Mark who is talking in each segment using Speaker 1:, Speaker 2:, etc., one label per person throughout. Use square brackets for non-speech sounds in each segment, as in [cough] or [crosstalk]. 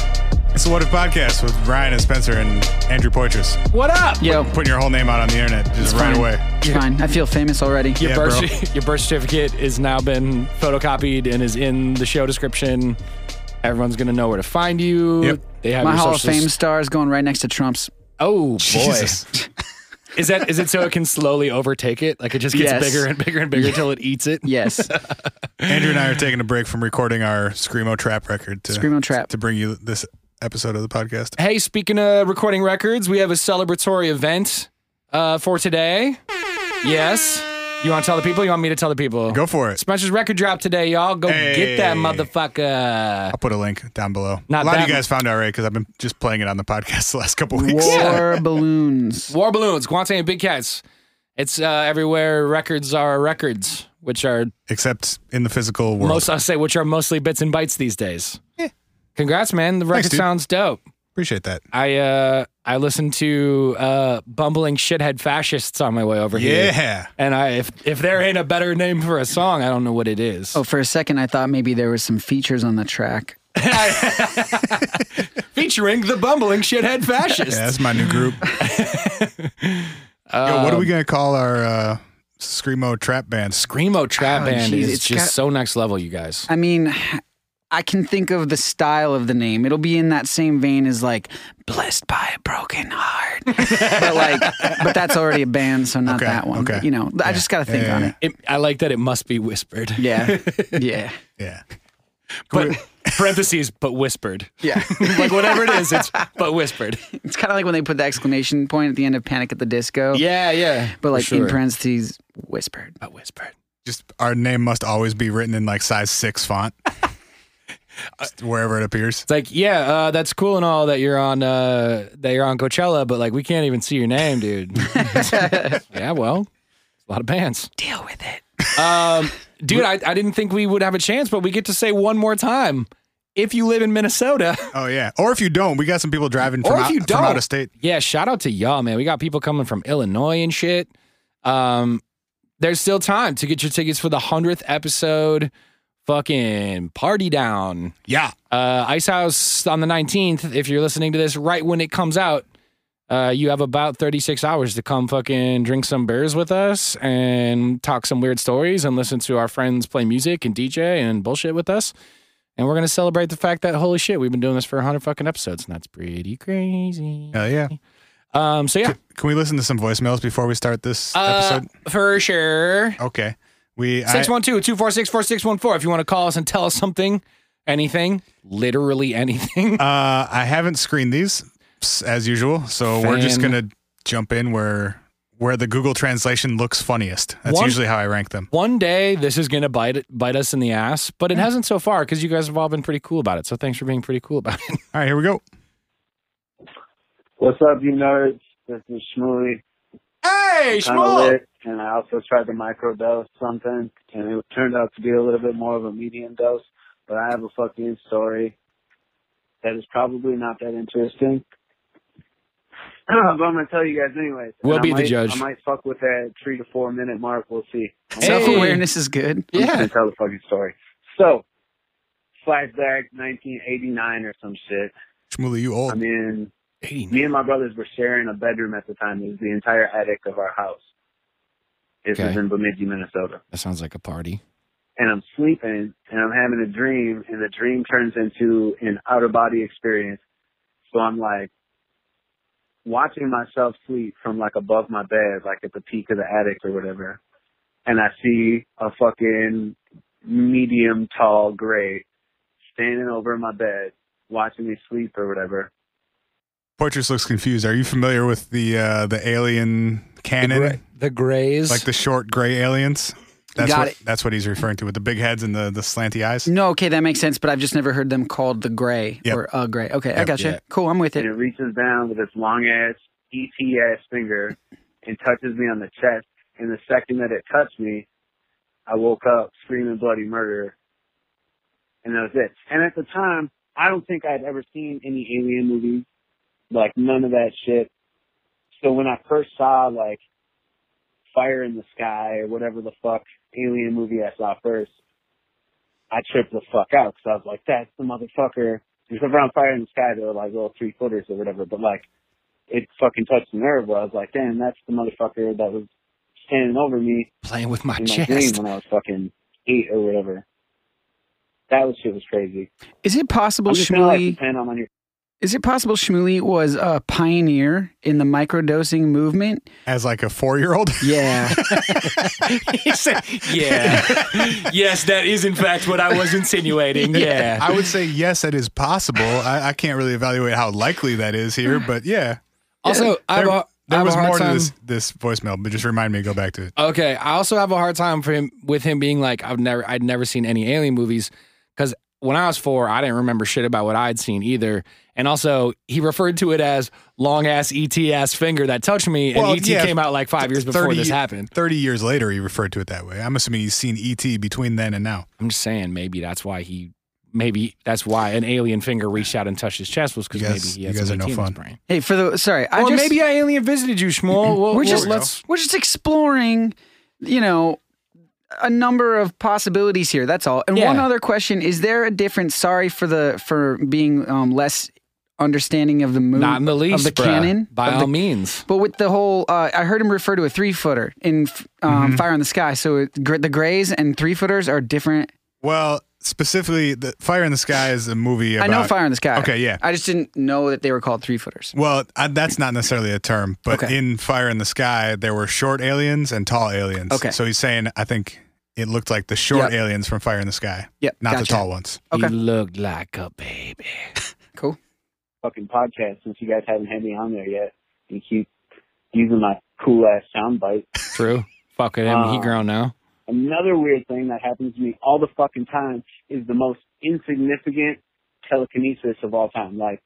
Speaker 1: the What If podcast with Ryan and Spencer and Andrew Poitras.
Speaker 2: What up?
Speaker 3: Yo,
Speaker 1: Putting your whole name out on the internet just right
Speaker 3: fine.
Speaker 1: away.
Speaker 3: It's fine. I feel famous already.
Speaker 2: Your,
Speaker 1: Yeah,
Speaker 2: birth, [laughs]
Speaker 1: bro.
Speaker 2: your birth certificate is now been photocopied and is in the show description. Everyone's gonna know where to find you.
Speaker 1: Yep.
Speaker 2: They have
Speaker 3: My
Speaker 2: your
Speaker 3: Hall of
Speaker 2: socials.
Speaker 3: Fame star is going right next to Trump's.
Speaker 2: Oh boy,
Speaker 1: [laughs] Jesus.
Speaker 2: is that is it so it can slowly overtake it? Like it just gets
Speaker 3: Yes.
Speaker 2: bigger and bigger and bigger until it eats it.
Speaker 1: [laughs]
Speaker 3: Yes.
Speaker 1: Andrew and I are taking a break from recording our Screamo Trap record to
Speaker 3: Screamo Trap.
Speaker 1: to bring you this episode of the podcast.
Speaker 2: Hey, speaking of recording records, we have a celebratory event uh, for today. Yes. You want to tell the people? You want me to tell the people?
Speaker 1: Go for it.
Speaker 2: Spencer's record drop today, y'all. Go get that
Speaker 1: Hey.
Speaker 2: motherfucker.
Speaker 1: I'll put a link down below.
Speaker 2: Not
Speaker 1: a lot
Speaker 2: that
Speaker 1: of you
Speaker 2: mu-
Speaker 1: guys found out right because I've been just playing it on the podcast [laughs] the last couple weeks.
Speaker 3: War balloons.
Speaker 2: War Balloons, Guante and Big Cats. It's uh, everywhere records are records, which are
Speaker 1: Except in the physical world.
Speaker 2: most I say which are mostly bits and bytes these days. Congrats, man. The record
Speaker 1: Thanks, dude.
Speaker 2: sounds dope.
Speaker 1: Appreciate that.
Speaker 2: I uh I listened to uh bumbling shithead fascists on my way over here.
Speaker 1: Yeah.
Speaker 2: And I if if there ain't a better name for a song, I don't know what it is.
Speaker 3: Oh, for a second, I thought maybe there was some features on the track.
Speaker 2: Featuring the bumbling
Speaker 3: [laughs]
Speaker 2: shithead fascists.
Speaker 1: Yeah, that's my new group. Yo, what are we going to call our uh, Screamo Trap band?
Speaker 2: Screamo trap
Speaker 3: Oh,
Speaker 2: band
Speaker 3: geez,
Speaker 2: is
Speaker 3: it's
Speaker 2: just
Speaker 3: got-
Speaker 2: so next level, you guys.
Speaker 3: I mean, I can think of the style of the name. It'll be in that same vein as like "Blessed by a
Speaker 1: [laughs]
Speaker 3: Broken Heart," but like, but that's already a band, so not
Speaker 1: Okay,
Speaker 3: that one.
Speaker 1: okay.
Speaker 3: You know, I just got to think
Speaker 1: yeah,
Speaker 3: on
Speaker 1: yeah.
Speaker 3: it.
Speaker 2: It, I like that it must be whispered.
Speaker 1: [laughs]
Speaker 3: Yeah, yeah,
Speaker 1: Yeah.
Speaker 2: [laughs] But parentheses, but whispered.
Speaker 3: yeah.
Speaker 2: [laughs] like whatever it is, it's but whispered.
Speaker 3: It's kind of like when they put the exclamation point at the end of Panic at the Disco.
Speaker 2: [laughs] Yeah, yeah.
Speaker 3: But like
Speaker 2: sure.
Speaker 3: in parentheses, whispered.
Speaker 2: but whispered.
Speaker 1: Just our name must always be written in like size
Speaker 2: [laughs]
Speaker 1: six font, Just wherever it appears.
Speaker 2: It's like, yeah, uh, that's cool and all that you're on uh, that you're on Coachella, but like we can't even see your name, dude.
Speaker 3: [laughs]
Speaker 2: yeah, well, it's a lot of bands,
Speaker 3: Deal with it. [laughs]
Speaker 2: um, dude. I, I didn't think we would have a chance, but we get to say one more time. If you live in Minnesota, [laughs]
Speaker 1: Oh yeah. Or if you don't, we got some people driving from,
Speaker 2: Or if
Speaker 1: out,
Speaker 2: you
Speaker 1: from out
Speaker 2: don't.
Speaker 1: of state.
Speaker 2: yeah, shout out to y'all, man. We got people coming from Illinois and shit. Um, there's still time to get your tickets for the hundredth episode. Fucking party down.
Speaker 1: Yeah.
Speaker 2: uh, Ice House on the 19th. If you're listening to this right when it comes out, uh, you have about 36 hours to come fucking drink some beers with us and talk some weird stories and listen to our friends play music and DJ and bullshit with us. And we're going to celebrate the fact that, holy shit, we've been doing this for 100 fucking episodes and that's pretty crazy.
Speaker 1: Hell yeah.
Speaker 2: Um, so yeah,
Speaker 1: Can we listen to some voicemails before we start this
Speaker 2: uh,
Speaker 1: episode?
Speaker 2: for sure.
Speaker 1: Okay. We I-
Speaker 2: 612 246 4614 if you want to call us and tell us something, anything, literally anything.
Speaker 1: uh, I haven't screened these s- as usual, so we're just
Speaker 2: Fan-
Speaker 1: gonna jump in where where the Google translation looks funniest. That's
Speaker 2: One-
Speaker 1: usually how I rank them.
Speaker 2: one day this is gonna bite bite us in the ass, but
Speaker 1: Mm.
Speaker 2: it hasn't so far because you guys have all been pretty cool about it. So thanks for being pretty cool about it. [laughs]
Speaker 1: All right, here we go.
Speaker 4: What's up, you nerds? This is Shmooey.
Speaker 2: Hey,
Speaker 4: Kind of lit, and I also tried to microdose something, and it turned out to be a little bit more of a medium dose. But I have a fucking story that is probably not that interesting. [clears throat] but I'm gonna tell you guys anyways. and
Speaker 2: We'll
Speaker 4: I
Speaker 2: be the
Speaker 4: might-
Speaker 2: judge.
Speaker 4: I might fuck with that three to four minute mark. We'll see. I'm
Speaker 2: Hey.
Speaker 3: Self awareness is good.
Speaker 4: I'm just gonna tell the fucking story. So, flashback 1989 or some shit.
Speaker 1: Shmuley, you
Speaker 2: Oh.
Speaker 1: old.
Speaker 4: I'm in me and my brothers were sharing a bedroom at the time. It was the entire attic of our house. This
Speaker 2: Okay.
Speaker 4: is in Bemidji, Minnesota.
Speaker 2: That sounds like a party.
Speaker 4: And I'm sleeping and I'm having a dream and the dream turns into an out of body experience. So I'm like watching myself sleep from like above my bed, like at the peak of the attic or whatever. And I see a fucking medium tall gray standing over my bed watching me sleep or whatever.
Speaker 1: Portress looks confused. Are you familiar with the uh, the alien canon?
Speaker 2: The Grays.
Speaker 1: Like the short gray aliens? That's
Speaker 3: Got
Speaker 1: what
Speaker 3: it.
Speaker 1: that's what he's referring to with the big heads and the, the slanty eyes.
Speaker 3: No, okay, that makes sense, but I've just never heard them called the gray
Speaker 1: Yep.
Speaker 3: or a gray. Okay, I
Speaker 1: Yep,
Speaker 3: gotcha.
Speaker 2: yeah.
Speaker 3: Cool, I'm with it.
Speaker 4: and it reaches down with its long ass ET ass finger and touches me on the chest. And the second that it touched me, I woke up screaming bloody murder, and that was it. And at the time, I don't think I'd ever seen any alien movies, like none of that shit. So when I first saw like Fire in the Sky or whatever the fuck alien movie I saw first, I tripped the fuck out because I was like, "That's the motherfucker There's never on fire in the sky though, like little three footers or whatever, but like it fucking touched the nerve where I was like, damn, that's the motherfucker that was standing over me
Speaker 2: Playing with my
Speaker 4: in my dream
Speaker 2: chest.
Speaker 4: when I was fucking eight or whatever. That was shit was crazy.
Speaker 3: Is it possible
Speaker 4: I'm just gonna like
Speaker 3: Shmuley?
Speaker 4: depend on when you're
Speaker 3: Is it possible Shmuley was a pioneer in the microdosing movement?
Speaker 1: As like a four year old.
Speaker 3: Yeah.
Speaker 2: [laughs] He said, yeah.
Speaker 1: [laughs]
Speaker 2: yes, that is in fact what I was insinuating. Yeah.
Speaker 1: I would say yes, that is possible. I, I can't really evaluate how likely that is here, but yeah,
Speaker 2: Also, I have
Speaker 1: there,
Speaker 2: a, I
Speaker 1: there
Speaker 2: have a
Speaker 1: was
Speaker 2: hard
Speaker 1: more
Speaker 2: time.
Speaker 1: to this this voicemail. But just remind me, to go back to it.
Speaker 2: Okay, I also have a hard time for him with him being like I've never I'd never seen any alien movies because when I was four I didn't remember shit about what I'd seen either, and also he referred to it as long ass ET ass finger that touched me, and
Speaker 1: Well,
Speaker 2: ET
Speaker 1: yeah,
Speaker 2: came out like five years before
Speaker 1: 30
Speaker 2: this happened.
Speaker 1: Thirty years later, he referred to it that way. I'm assuming he's seen ET between then and now.
Speaker 2: I'm just saying maybe that's why he maybe that's why an alien finger reached out and touched his chest was because
Speaker 1: You
Speaker 2: maybe
Speaker 1: guys-
Speaker 2: he
Speaker 1: you
Speaker 2: had
Speaker 1: guys
Speaker 2: some
Speaker 1: are no
Speaker 2: ET in his
Speaker 1: fun.
Speaker 2: brain.
Speaker 3: [laughs] hey, for the sorry, I
Speaker 2: Or
Speaker 3: just
Speaker 2: maybe an alien visited you, Shmuel. Well,
Speaker 3: We're
Speaker 2: we're
Speaker 3: just-
Speaker 2: just let's
Speaker 3: we're just exploring, you know, a number of possibilities here. That's all. And
Speaker 2: Yeah.
Speaker 3: one other question: Is there a difference? Sorry for the for being um, less understanding of the movie,
Speaker 2: not in the least
Speaker 3: of the
Speaker 2: bruh.
Speaker 3: canon
Speaker 2: by
Speaker 3: of
Speaker 2: all
Speaker 3: the-
Speaker 2: means.
Speaker 3: But with the whole, uh, I heard him refer to a three footer in um,
Speaker 1: Mm-hmm.
Speaker 3: Fire in the Sky. So it, gr- the grays and three footers are different.
Speaker 1: Well, specifically, the Fire in the Sky is a movie. About,
Speaker 3: I know Fire in the Sky.
Speaker 1: Okay, yeah.
Speaker 3: I just didn't know that they were called three footers.
Speaker 1: Well, I, that's not necessarily a term, but
Speaker 3: Okay.
Speaker 1: in Fire in the Sky, there were short aliens and tall aliens.
Speaker 3: Okay.
Speaker 1: So he's saying, I think it looked like the short
Speaker 3: Yep.
Speaker 1: aliens from Fire in the Sky,
Speaker 3: Yep.
Speaker 1: not
Speaker 3: gotcha.
Speaker 1: the tall ones.
Speaker 3: Okay.
Speaker 2: He looked like a baby.
Speaker 3: Cool.
Speaker 4: fucking podcast since you guys haven't had me on there yet. You keep using my cool ass sound bite.
Speaker 2: True. Fuck it, him. he
Speaker 4: Uh,
Speaker 2: grown now.
Speaker 4: Another weird thing that happens to me all the fucking time is the most insignificant telekinesis of all time. Like,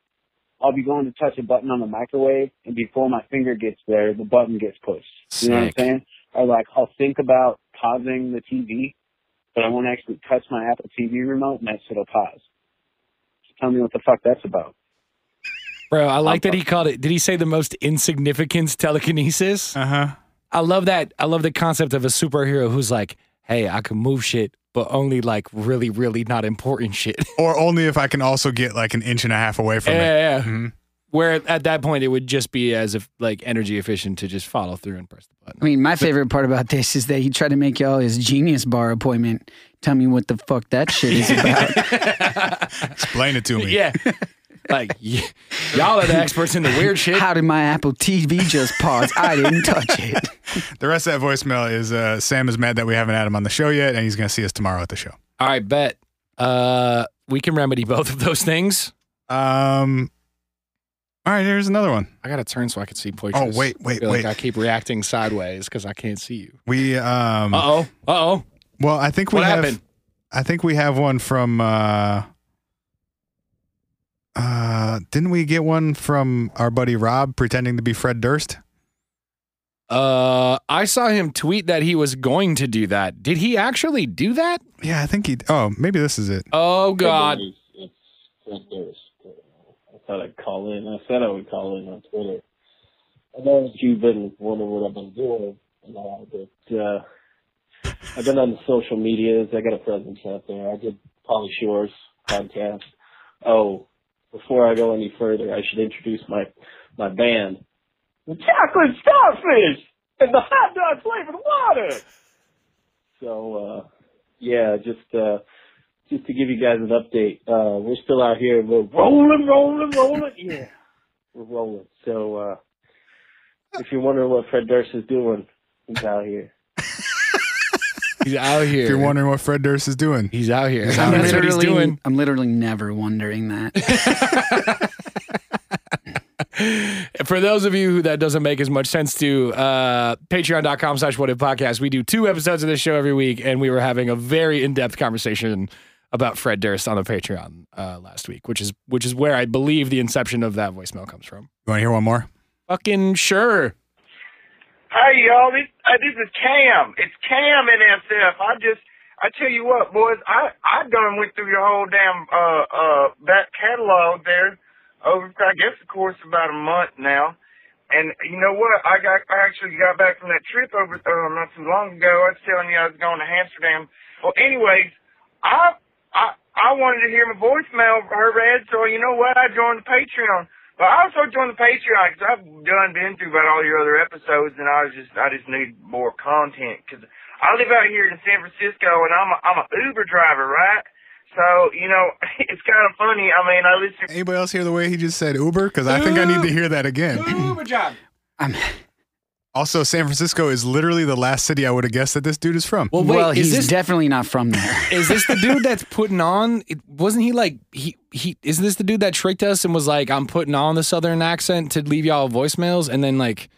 Speaker 4: I'll be going to touch a button on the microwave, and before my finger gets there, the button gets pushed. You know what I'm
Speaker 2: Sick.
Speaker 4: saying? Or like, I'll think about pausing the TV, but I won't actually touch my Apple TV remote, and that shit'll pause. So tell me what the fuck that's about.
Speaker 2: Bro, I like that he called it. Did he say the most insignificant telekinesis?
Speaker 1: Uh huh.
Speaker 2: I love that. I love the concept of a superhero who's like, hey, I can move shit, but only like really, really not important shit.
Speaker 1: Or only if I can also get like an inch and a half away from
Speaker 2: [laughs] yeah,
Speaker 1: it.
Speaker 2: yeah, yeah.
Speaker 1: Mhm.
Speaker 2: Where at that point it would just be as if like energy efficient to just follow through and press the
Speaker 3: I [laughs]
Speaker 2: button.
Speaker 3: mean, my favorite part about this is that he tried to make y'all his genius bar appointment. Tell me what the fuck that shit
Speaker 2: [laughs]
Speaker 3: is about.
Speaker 1: Explain it to me.
Speaker 2: Yeah. like, y- y'all are the experts in the weird shit.
Speaker 3: How did my Apple TV just pause? I didn't touch it.
Speaker 2: [laughs]
Speaker 1: The rest of that voicemail is uh, Sam is mad that we haven't had him on the show yet, and he's going to see us tomorrow at the show.
Speaker 2: All right, bet. Uh, we can remedy both of those things.
Speaker 1: Um. All right, here's another one.
Speaker 2: I gotta turn so I can see portraits.
Speaker 1: Oh wait, wait,
Speaker 2: feel
Speaker 1: wait.
Speaker 2: like I keep reacting sideways because I can't see you.
Speaker 1: we um.
Speaker 2: Uh oh. Uh oh.
Speaker 1: Well, I think we
Speaker 2: What
Speaker 1: have.
Speaker 2: happened?
Speaker 1: I think we have one from. uh uh, didn't we get one from our buddy Rob pretending to be Fred Durst?
Speaker 2: Uh, I saw him tweet that he was going to do that. Did he actually do that?
Speaker 1: Yeah, I think he. Oh, maybe this is it.
Speaker 2: Oh God.
Speaker 5: It's, it's Clint Durst. I thought I'd call in. I said I would call in on Twitter. I know you've been wondering what I've been doing and all, but uh, I've been on the social medias. I got a presence out there. I did Polly Shore's podcast. Oh, before I go any further, I should introduce my my band, the Chocolate Starfish and the Hot Dog Flavored Water. So uh, yeah, just. Uh, just to give you guys an update, uh, we're still out here. We're rolling, rolling, rolling. Yeah, we're rolling. So uh, if you're wondering what Fred Durst is doing, he's out here.
Speaker 2: He's out here.
Speaker 1: If you're wondering what Fred Durst is doing,
Speaker 2: he's out here.
Speaker 1: out
Speaker 2: That's what he's doing.
Speaker 3: I'm literally never wondering that.
Speaker 2: For those of you who that doesn't make as much sense to, uh, patreon.com slash what if podcast, we do two episodes of this show every week, and we were having a very in depth conversation about Fred Durst on the Patreon uh, last week, which is which is where I believe the inception of that voicemail comes from.
Speaker 1: you want to hear one more?
Speaker 2: Fucking sure.
Speaker 6: Hey y'all, this, uh, this is Cam. It's Cam in SF. I just, I tell you what, boys, I I done went through your whole damn uh uh back catalog there over, Oh, I guess, of course, about a month now. And you know what? I got, I actually got back from that trip over uh, not too long ago. I was telling you I was going to Amsterdam. Well, anyways, I I I I wanted to hear my voicemail her read, so you know what? I joined the Patreon. But I also joined the Patreon because I've done been through about all your other episodes, and I was just I just need more content because I live out here in San Francisco, and I'm a, I'm a Uber driver, right? So you know [laughs] it's kind of funny. I mean, I listen.
Speaker 1: Anybody else hear the way he just said Uber? Because I think I need to hear that again.
Speaker 2: [laughs] Uber job.
Speaker 3: I'm,
Speaker 1: Also, San Francisco is literally the last city I would have guessed that this dude is from.
Speaker 2: Well, wait,
Speaker 3: well,
Speaker 2: is
Speaker 3: he's
Speaker 2: this
Speaker 3: definitely not from there.
Speaker 2: [laughs] is this the dude that's putting on? It, wasn't he like he he? Isn't this the dude that tricked us and was like, "I'm putting on the southern accent to leave y'all voicemails," and then like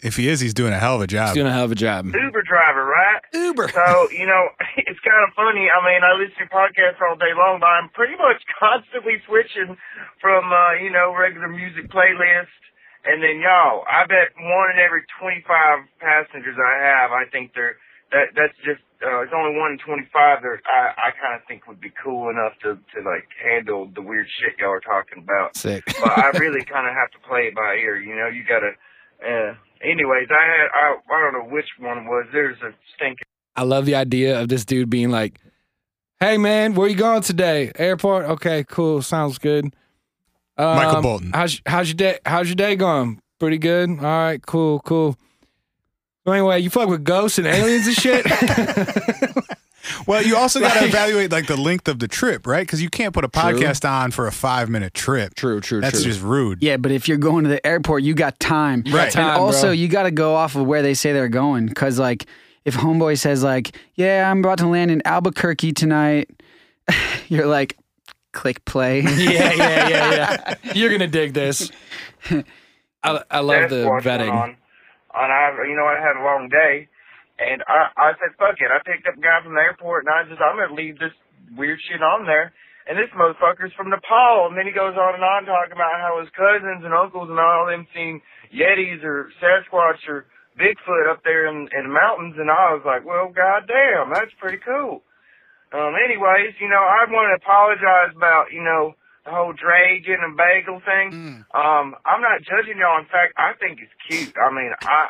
Speaker 1: if he is, he's doing a hell of a
Speaker 2: he's
Speaker 1: job.
Speaker 2: doing a hell of a job.
Speaker 6: Uber driver, right?
Speaker 2: Uber.
Speaker 6: So, you know, [laughs] it's kind of funny. I mean, I listen to podcasts all day long, but I'm pretty much [laughs] constantly switching from, uh, you know, regular music playlist and then y'all. I bet one in every 25 passengers I have, I think they're, that, that's just, uh, it's only one in 25 that I, I kind of think would be cool enough to, to like handle the weird shit y'all are talking about
Speaker 2: Sick. [laughs]
Speaker 6: but I really kind of have to play it by ear. You know, you gotta. Uh, anyways, I had I I don't know which one it was. There's a stinking
Speaker 2: I love the idea of this dude being like, "Hey man, where you going today? Airport? Okay, cool. Sounds good." Um,
Speaker 1: Michael Bolton.
Speaker 2: How's how's your day? How's your day going? Pretty good. All right, cool, cool. Well, anyway, you fuck with ghosts and aliens and shit.
Speaker 1: Well, you also got to evaluate like the length of the trip, right? Because you can't put a podcast on for a five minute trip.
Speaker 2: [laughs] true, true,
Speaker 1: That's just rude.
Speaker 3: Yeah, but if you're going to the airport, you got time.
Speaker 1: Right.
Speaker 2: time,
Speaker 3: and also,
Speaker 2: bro.
Speaker 3: you got to go off of where they say they're going. Because, like, if Homeboy says, like, yeah, I'm about to land in Albuquerque tonight, [laughs] you're like, click
Speaker 2: [laughs]
Speaker 3: play.
Speaker 2: yeah, yeah, yeah, yeah. [laughs] You're gonna dig this. I, I love
Speaker 6: death
Speaker 2: the
Speaker 6: watch went
Speaker 2: vetting.
Speaker 6: on. And I, you know, I had a long day, and I I said fuck it. I picked up a guy from the airport, and I just I'm gonna leave this weird shit on there. And this motherfucker's from Nepal, and then he goes on and on talking about how his cousins and uncles and all them seen Yetis or Sasquatch or Bigfoot up there in, in the mountains, and I was like, well, goddamn, that's pretty cool. Um, anyways, you know, I want to apologize about, you know, the whole Dre getting a bagel thing.
Speaker 2: Mm.
Speaker 6: Um, I'm not judging y'all. In fact, I think it's cute. I mean, I,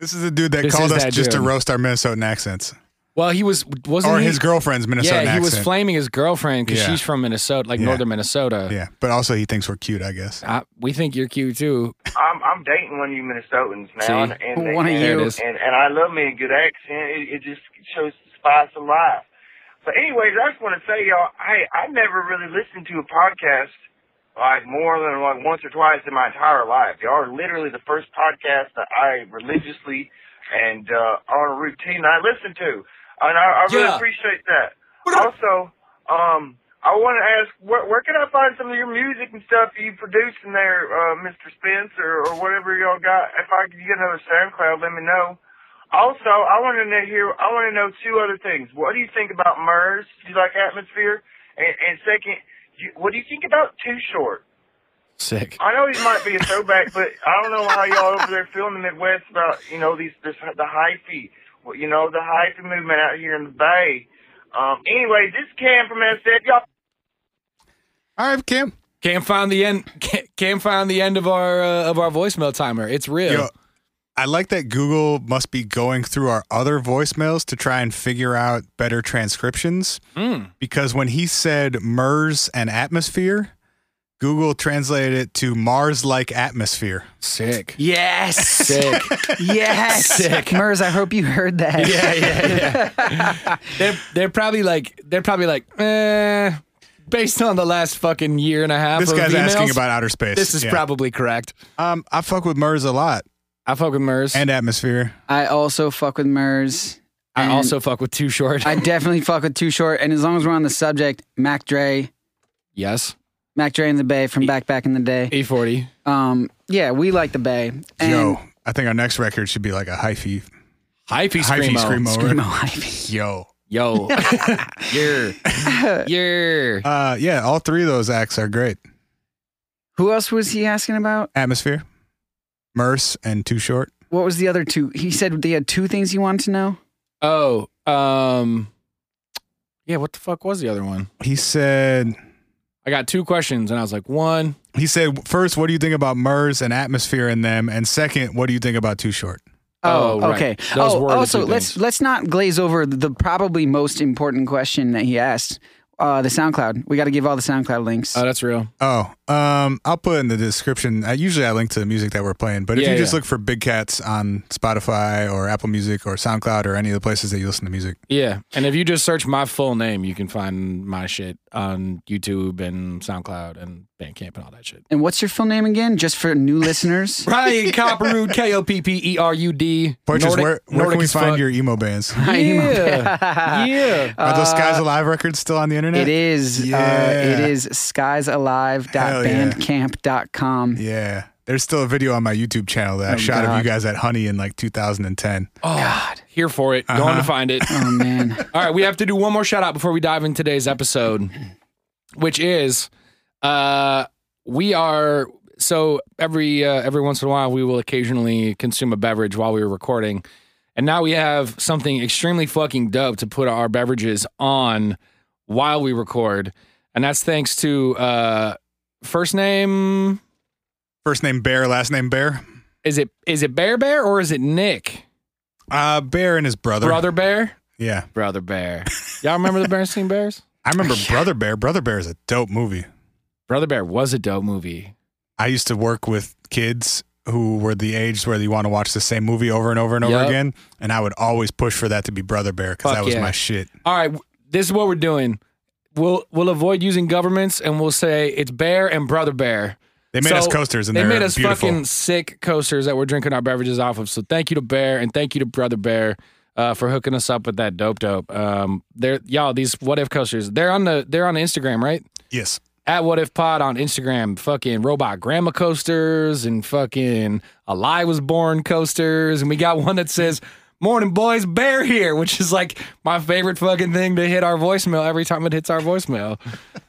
Speaker 1: This is the dude that
Speaker 2: This
Speaker 1: called
Speaker 2: is
Speaker 1: us
Speaker 2: that
Speaker 1: just to
Speaker 2: dude.
Speaker 1: roast our Minnesotan accents,
Speaker 2: Well, he was wasn't
Speaker 1: or
Speaker 2: he?
Speaker 1: his girlfriend's
Speaker 2: yeah,
Speaker 1: Minnesotan
Speaker 2: he was
Speaker 1: accent.
Speaker 2: flaming his girlfriend because
Speaker 1: Yeah.
Speaker 2: she's from Minnesota, like
Speaker 1: Yeah.
Speaker 2: northern Minnesota.
Speaker 1: yeah, but also he thinks we're cute, I guess.
Speaker 2: I, we think you're cute too.
Speaker 6: I'm, I'm dating one of you Minnesotans now,
Speaker 2: See?
Speaker 6: and, and
Speaker 3: One of
Speaker 6: and,
Speaker 3: you.
Speaker 2: There it is.
Speaker 6: and and I love me a good accent. It, it just shows the spice of life. But anyways, I just want to say, y'all, hey, I never really listened to a podcast like more than like once or twice in my entire life. Y'all are literally the first podcast that I religiously and uh, on a routine I listen to, and I, I really
Speaker 2: Yeah.
Speaker 6: appreciate that. Also, um, I want to ask where, where can I find some of your music and stuff you produce in there, uh, Mr. Spence, or, or whatever y'all got. If I could get another SoundCloud, let me know. Also, I want to know here. I want to know two other things. What do you think about MERS? Do you like atmosphere? And, and second, you, what do you think about Too Short?
Speaker 2: Sick.
Speaker 6: I know he might be a throwback, but I don't know how y'all over there feel in the Midwest about you know these this the hyphy, well, you know the hyphy movement out here in the Bay. Um, anyway, this Cam from SF, y'all
Speaker 1: All right, Kim.
Speaker 2: Can't find the end. Can't, can't find the end of our uh, of our voicemail timer. It's real.
Speaker 1: Yo, I like that Google must be going through our other voicemails to try and figure out better transcriptions.
Speaker 2: Hmm.
Speaker 1: Because when he said MERS and atmosphere, Google translated it to Mars like atmosphere.
Speaker 2: Sick.
Speaker 3: yes.
Speaker 1: [laughs]
Speaker 2: Sick.
Speaker 3: Yes.
Speaker 2: [laughs] Sick.
Speaker 3: Murs, I hope you heard that.
Speaker 2: yeah, yeah, yeah. they're they're probably like they're probably like eh. Based on the last fucking year and a half,
Speaker 1: This
Speaker 2: of
Speaker 1: guy's asking
Speaker 2: emails,
Speaker 1: about outer space.
Speaker 2: This is
Speaker 1: Yeah.
Speaker 2: probably correct.
Speaker 1: Um, I fuck with MERS a lot
Speaker 2: I fuck with Murs.
Speaker 1: and atmosphere.
Speaker 3: I also fuck with Murs.
Speaker 2: I
Speaker 3: And
Speaker 2: also fuck with Too Short.
Speaker 3: I definitely fuck with Too Short. And as long as we're on the subject, Mac Dre,
Speaker 2: [laughs] yes.
Speaker 3: Mac Dre and the Bay from back back in the day.
Speaker 2: E40.
Speaker 3: Um, yeah, we like the Bay. And
Speaker 1: Yo, I think our next record should be like a hyphy,
Speaker 2: Hypey
Speaker 1: hyphy
Speaker 2: Screamo.
Speaker 1: screamo.
Speaker 3: Screamo
Speaker 1: right?
Speaker 3: Ivy.
Speaker 1: Yo.
Speaker 2: Yo. [laughs] You're. You're.
Speaker 1: Uh, yeah, all three of those acts are great.
Speaker 3: [laughs] Who else was he asking about?
Speaker 1: Atmosphere, MERS, and Too Short.
Speaker 3: What was the other two? He said they had two things he wanted to know.
Speaker 2: Oh, um, yeah. What the fuck was the other one?
Speaker 1: He said,
Speaker 2: I got two questions, and I was like, one.
Speaker 1: He said, first, what do you think about MERS and atmosphere in them? And second, what do you think about Too Short?
Speaker 2: Oh, right.
Speaker 3: okay.
Speaker 2: Those
Speaker 3: oh,
Speaker 2: were the
Speaker 3: also
Speaker 2: two
Speaker 3: let's
Speaker 2: things.
Speaker 3: let's not glaze over the probably most important question that he asked. uh, the SoundCloud. We got to give all the SoundCloud links.
Speaker 2: Oh, that's real.
Speaker 1: Oh, um, I'll put in the description. I, usually I link to the music that we're playing, but if
Speaker 2: Yeah,
Speaker 1: you just
Speaker 2: yeah.
Speaker 1: look for Big Cats on Spotify or Apple Music or SoundCloud or any of the places that you listen to music,
Speaker 2: Yeah. And if you just search my full name, you can find my shit on YouTube and SoundCloud and Bandcamp and all that shit.
Speaker 3: and what's your full name again? Just for
Speaker 1: [laughs]
Speaker 3: new listeners.
Speaker 2: Ryan [laughs] Copperud, K O P P E R U D.
Speaker 1: Purchase,
Speaker 2: Nordic-
Speaker 1: where, where
Speaker 2: Nordic
Speaker 1: can we
Speaker 2: as
Speaker 1: find
Speaker 2: fuck.
Speaker 1: your emo bands?
Speaker 3: [laughs]
Speaker 2: Yeah. yeah.
Speaker 1: Are those Skies
Speaker 3: Uh,
Speaker 1: Alive records still on the internet?
Speaker 3: It is. Uh, it
Speaker 1: Yeah.
Speaker 3: is skiesalive.bandcamp.com.
Speaker 1: Yeah. There's still a video on my YouTube channel that I
Speaker 3: Oh,
Speaker 1: shot of
Speaker 3: God.
Speaker 1: you guys at Honey in like 2010.
Speaker 2: Oh,
Speaker 3: God.
Speaker 2: Here for it. Going
Speaker 1: Uh-huh.
Speaker 2: to find it.
Speaker 3: Oh man.
Speaker 1: [laughs]
Speaker 2: All right, we have to do one more shout out before we dive in today's episode, which is uh we are so every uh, every once in a while we will occasionally consume a beverage while we were recording. And now we have something extremely fucking dope to put our beverages on while we record. And that's thanks to uh first name
Speaker 1: First name Bear, last name Bear.
Speaker 2: is it is it Bear Bear or is it Nick?
Speaker 1: Uh, Bear and his brother.
Speaker 2: Brother Bear?
Speaker 1: Yeah.
Speaker 2: Brother Bear. Y'all remember the Bernstein Bears? [laughs]
Speaker 1: I remember Brother Bear. Brother Bear is a dope movie.
Speaker 2: Brother Bear was a dope movie.
Speaker 1: I used to work with kids who were the age where you want to watch the same movie over and over and over
Speaker 2: Yup.
Speaker 1: again. And I would always push for that to be Brother Bear because
Speaker 2: Fuck
Speaker 1: that was
Speaker 2: yeah.
Speaker 1: my shit.
Speaker 2: All right, w- this is what we're doing. We'll we'll avoid using governments and we'll say it's bear and brother bear.
Speaker 1: They made
Speaker 2: So
Speaker 1: us coasters and
Speaker 2: they
Speaker 1: are
Speaker 2: made us
Speaker 1: beautiful.
Speaker 2: fucking sick coasters that we're drinking our beverages off of. So thank you to Bear and thank you to Brother Bear uh, for hooking us up with that dope dope. Um, they're y'all these what if coasters. They're on the they're on Instagram right
Speaker 1: yes.
Speaker 2: at What If Pod on Instagram. Fucking robot grandma coasters and fucking a lie was born coasters, and we got one that says "Morning boys, bear here," which is like my favorite fucking thing to hit our voicemail every time it hits our voicemail.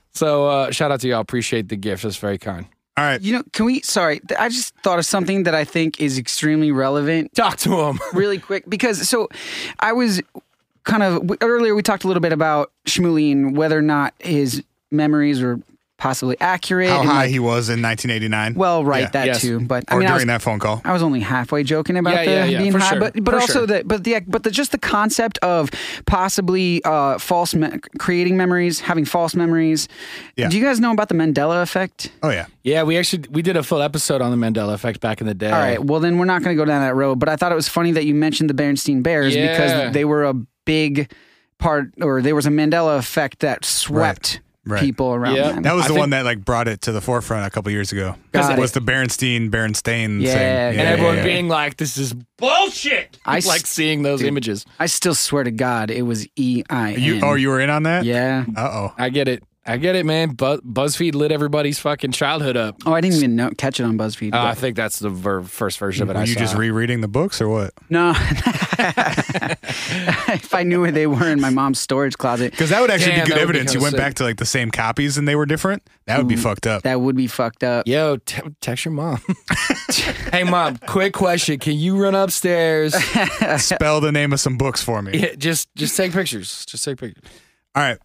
Speaker 2: so uh, shout out to y'all, appreciate the gift. That's very kind.
Speaker 1: All right.
Speaker 3: You know, can we? Sorry, th- I just thought of something that I think is extremely relevant
Speaker 2: Talk to [laughs] him.
Speaker 3: really quick because so I was kind of w- earlier we talked a little bit about Shmuley and whether or not his memories were possibly accurate.
Speaker 1: How
Speaker 3: and,
Speaker 1: high
Speaker 3: like,
Speaker 1: he was in 1989.
Speaker 3: well, right,
Speaker 1: Yeah.
Speaker 3: that
Speaker 2: Yes.
Speaker 3: too. But I
Speaker 1: or
Speaker 3: mean, I
Speaker 1: during
Speaker 3: was,
Speaker 1: that phone call.
Speaker 3: I was only halfway joking about
Speaker 2: Yeah,
Speaker 3: the
Speaker 2: yeah, yeah,
Speaker 3: being
Speaker 2: for
Speaker 3: high,
Speaker 2: sure,
Speaker 3: but but
Speaker 2: for
Speaker 3: also
Speaker 2: sure.
Speaker 3: the but the but the just the concept of possibly uh, false me- creating memories, having false memories.
Speaker 1: Yeah.
Speaker 3: Do you guys know about the Mandela effect?
Speaker 1: Oh, yeah.
Speaker 2: Yeah, we actually we did a full episode on the Mandela effect back in the day.
Speaker 3: All right. Well, then we're not going to go down that road. But I thought it was funny that you mentioned the Bernstein Bears
Speaker 2: Yeah.
Speaker 3: because they were a big part, or there was a Mandela effect that swept
Speaker 1: Right.
Speaker 3: people around
Speaker 2: Yeah.
Speaker 3: them.
Speaker 1: That was
Speaker 2: I
Speaker 1: the
Speaker 2: think-
Speaker 1: one that like brought it to the forefront a couple years ago.
Speaker 3: Got
Speaker 1: it was
Speaker 3: it.
Speaker 1: the Berenstain Berenstain
Speaker 3: Yeah,
Speaker 1: thing.
Speaker 3: and
Speaker 2: and everyone
Speaker 1: yeah, yeah.
Speaker 2: being like, "This is bullshit."
Speaker 3: I
Speaker 2: I
Speaker 3: s-
Speaker 2: like seeing those images.
Speaker 3: I still swear to God, it was E I N.
Speaker 1: you oh you were in on that?
Speaker 3: yeah.
Speaker 1: Uh oh.
Speaker 2: I get it. I get it, man. Bu- BuzzFeed lit everybody's fucking childhood up.
Speaker 3: Oh, I didn't even know, catch it on BuzzFeed.
Speaker 2: Uh, I
Speaker 3: but-
Speaker 2: think that's the ver- first version of it.
Speaker 1: Were
Speaker 2: I
Speaker 1: you
Speaker 2: saw.
Speaker 1: just rereading the books or what?
Speaker 3: no. [laughs] if I knew where they were in my mom's storage closet,
Speaker 1: Because that would actually
Speaker 2: Damn,
Speaker 1: be good
Speaker 2: that would be
Speaker 1: evidence. you
Speaker 2: kinda
Speaker 1: went
Speaker 2: sick. Mm.
Speaker 1: back to like the same copies and they were different. That would be fucked up.
Speaker 3: that would be fucked up.
Speaker 2: Yo, t- text your mom. [laughs] hey, mom. Quick question: Can you run
Speaker 1: [laughs]
Speaker 2: upstairs?
Speaker 1: Spell the name of some books for me.
Speaker 2: Yeah, just, just take pictures. Just take pictures.
Speaker 1: All right.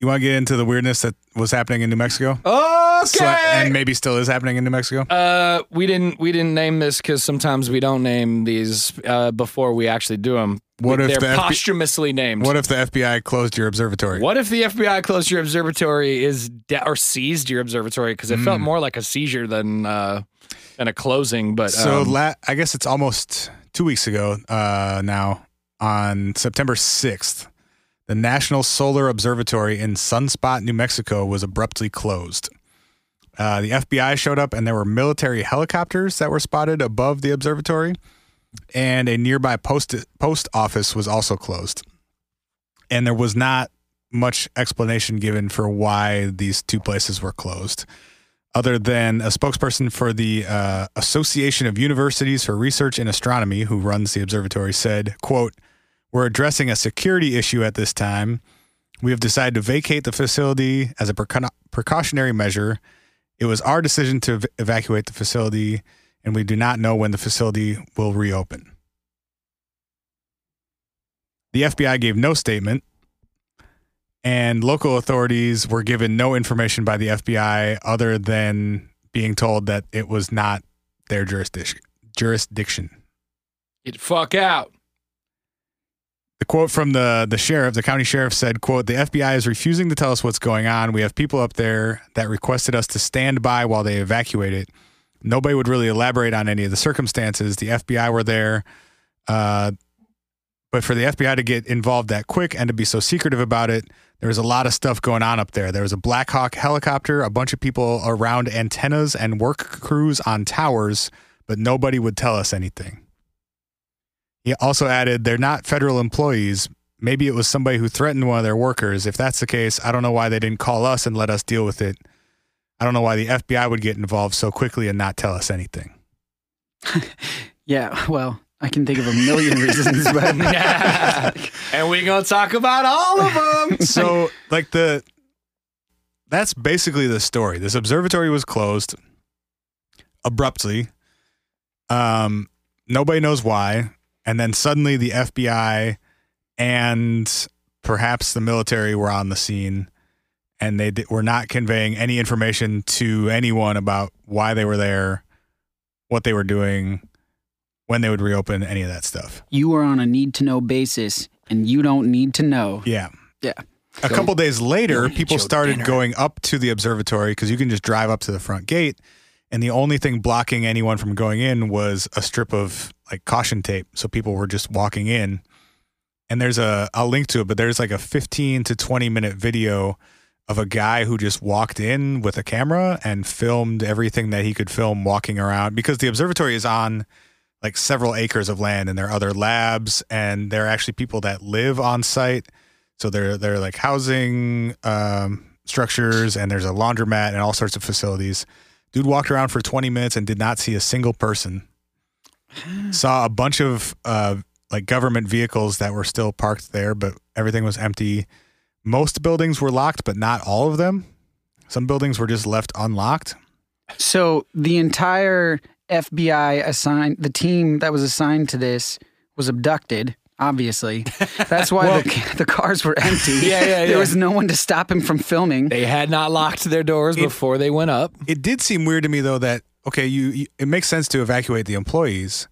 Speaker 1: You want to get into the weirdness that was happening in New Mexico?
Speaker 2: Okay.
Speaker 1: So- and maybe still is happening in New Mexico?
Speaker 2: uh, we didn't, we didn't name this because sometimes we don't name these uh, before we actually do them.
Speaker 1: What if
Speaker 2: they're
Speaker 1: the FB
Speaker 2: posthumously named?
Speaker 1: What if the FBI closed your observatory?
Speaker 2: What if the FBI closed your observatory is de- or seized your observatory because it
Speaker 1: Mm.
Speaker 2: felt more like a seizure than uh, than a closing? But
Speaker 1: So
Speaker 2: um,
Speaker 1: la- I guess it's almost two weeks ago uh, now. On September 6th, the National Solar Observatory in Sunspot, New Mexico, was abruptly closed. Uh, the FBI showed up, and there were military helicopters that were spotted above the observatory, and a nearby post post office was also closed. And there was not much explanation given for why these two places were closed other than a spokesperson for the uh, Association of Universities for Research in Astronomy, who runs the observatory, said, "quote We're addressing a security issue at this time. We have decided to vacate the facility as a precau- precautionary measure. It was our decision to ev- evacuate the facility, and we do not know when the facility will reopen." The FBI gave no statement and local authorities were given no information by the FBI other than being told that it was not their jurisdiction. Jurisdiction.
Speaker 2: get the fuck out.
Speaker 1: The The quote from the the sheriff, the county sheriff said, "quote The FBI is refusing to tell us what's going on. We have people up there that requested us to stand by while they evacuate it. Nobody would really elaborate on any of the circumstances. The FBI were there, uh, but for the FBI to get involved that quick and to be so secretive about it, there was a lot of stuff going on up there. There was a Black Hawk helicopter, a bunch of people around antennas and work crews on towers, but nobody would tell us anything." He also added, they're not federal employees. Maybe it was somebody who threatened one of their workers. If that's the case, I don't know why they didn't call us and let us deal with it. I don't know why the FBI would get involved so quickly and not tell us anything.
Speaker 3: Yeah, well, I can think of a million reasons,
Speaker 2: [laughs]
Speaker 3: but
Speaker 2: and we gonna talk about all of them.
Speaker 1: So, like the that's basically the story. This observatory was closed abruptly. Um nobody knows why, and then suddenly the FBI and perhaps the military were on the scene and they di- were not conveying any information to anyone about why they were there, what they were doing, when they would reopen, any of that stuff.
Speaker 3: [laughs] you are on a need to know basis and you don't need to know.
Speaker 1: Yeah.
Speaker 3: Yeah.
Speaker 1: A
Speaker 3: So-
Speaker 1: couple days later,
Speaker 3: You'll eat
Speaker 1: people
Speaker 3: your
Speaker 1: started
Speaker 3: dinner.
Speaker 1: going up to the observatory because you can just drive up to the front gate. And the only thing blocking anyone from going in was a strip of like caution tape. So people were just walking in. And there's a, I'll link to it, but there's like a 15 to 20 minute video of a guy who just walked in with a camera and filmed everything that he could film walking around because the observatory is on like several acres of land and there are other labs and there are actually people that live on site so they're they're like housing um, structures, and there's a laundromat and all sorts of facilities. Dude walked around for 20 minutes and did not see a single person. Saw a bunch of uh, like government vehicles that were still parked there, but everything was empty. Most buildings were locked, but not all of them. Some buildings were just left unlocked.
Speaker 3: So the entire FBI assigned the team that was assigned to this was abducted.
Speaker 2: [laughs]
Speaker 3: Obviously, that's why the, the cars were empty.
Speaker 2: Yeah, yeah, yeah.
Speaker 3: [laughs] There was no one to stop him from
Speaker 2: [laughs]
Speaker 3: filming.
Speaker 2: They had not locked their doors before they went up.
Speaker 1: It did seem weird to me though that okay, you, you it makes sense to evacuate the employees,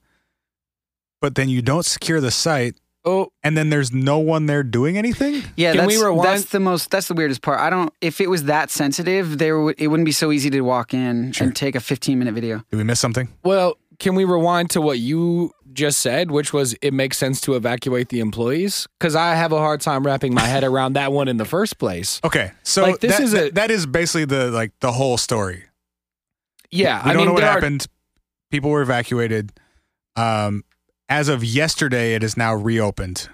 Speaker 1: but then you don't secure the site,
Speaker 2: Oh,
Speaker 1: and then there's no one there doing anything.
Speaker 3: Yeah,
Speaker 2: Can
Speaker 3: that's,
Speaker 2: we rewind-
Speaker 3: that's the most. That's the weirdest part. I don't. If it was that sensitive, there would it wouldn't be so easy to walk in
Speaker 1: Sure.
Speaker 3: and take a 15 minute video.
Speaker 1: Did we miss something?
Speaker 2: well, can we rewind to what you just said, which was it makes sense to evacuate the employees? Because I have a hard time wrapping my head around that one in the first place.
Speaker 1: Okay, so
Speaker 2: Like, this
Speaker 1: that-
Speaker 2: is a-
Speaker 1: that- that is basically the like the whole story.
Speaker 2: Yeah,
Speaker 1: We
Speaker 2: I
Speaker 1: don't
Speaker 2: mean,
Speaker 1: know what
Speaker 2: there are-
Speaker 1: happened. People were evacuated. Um, as of yesterday, it is now reopened,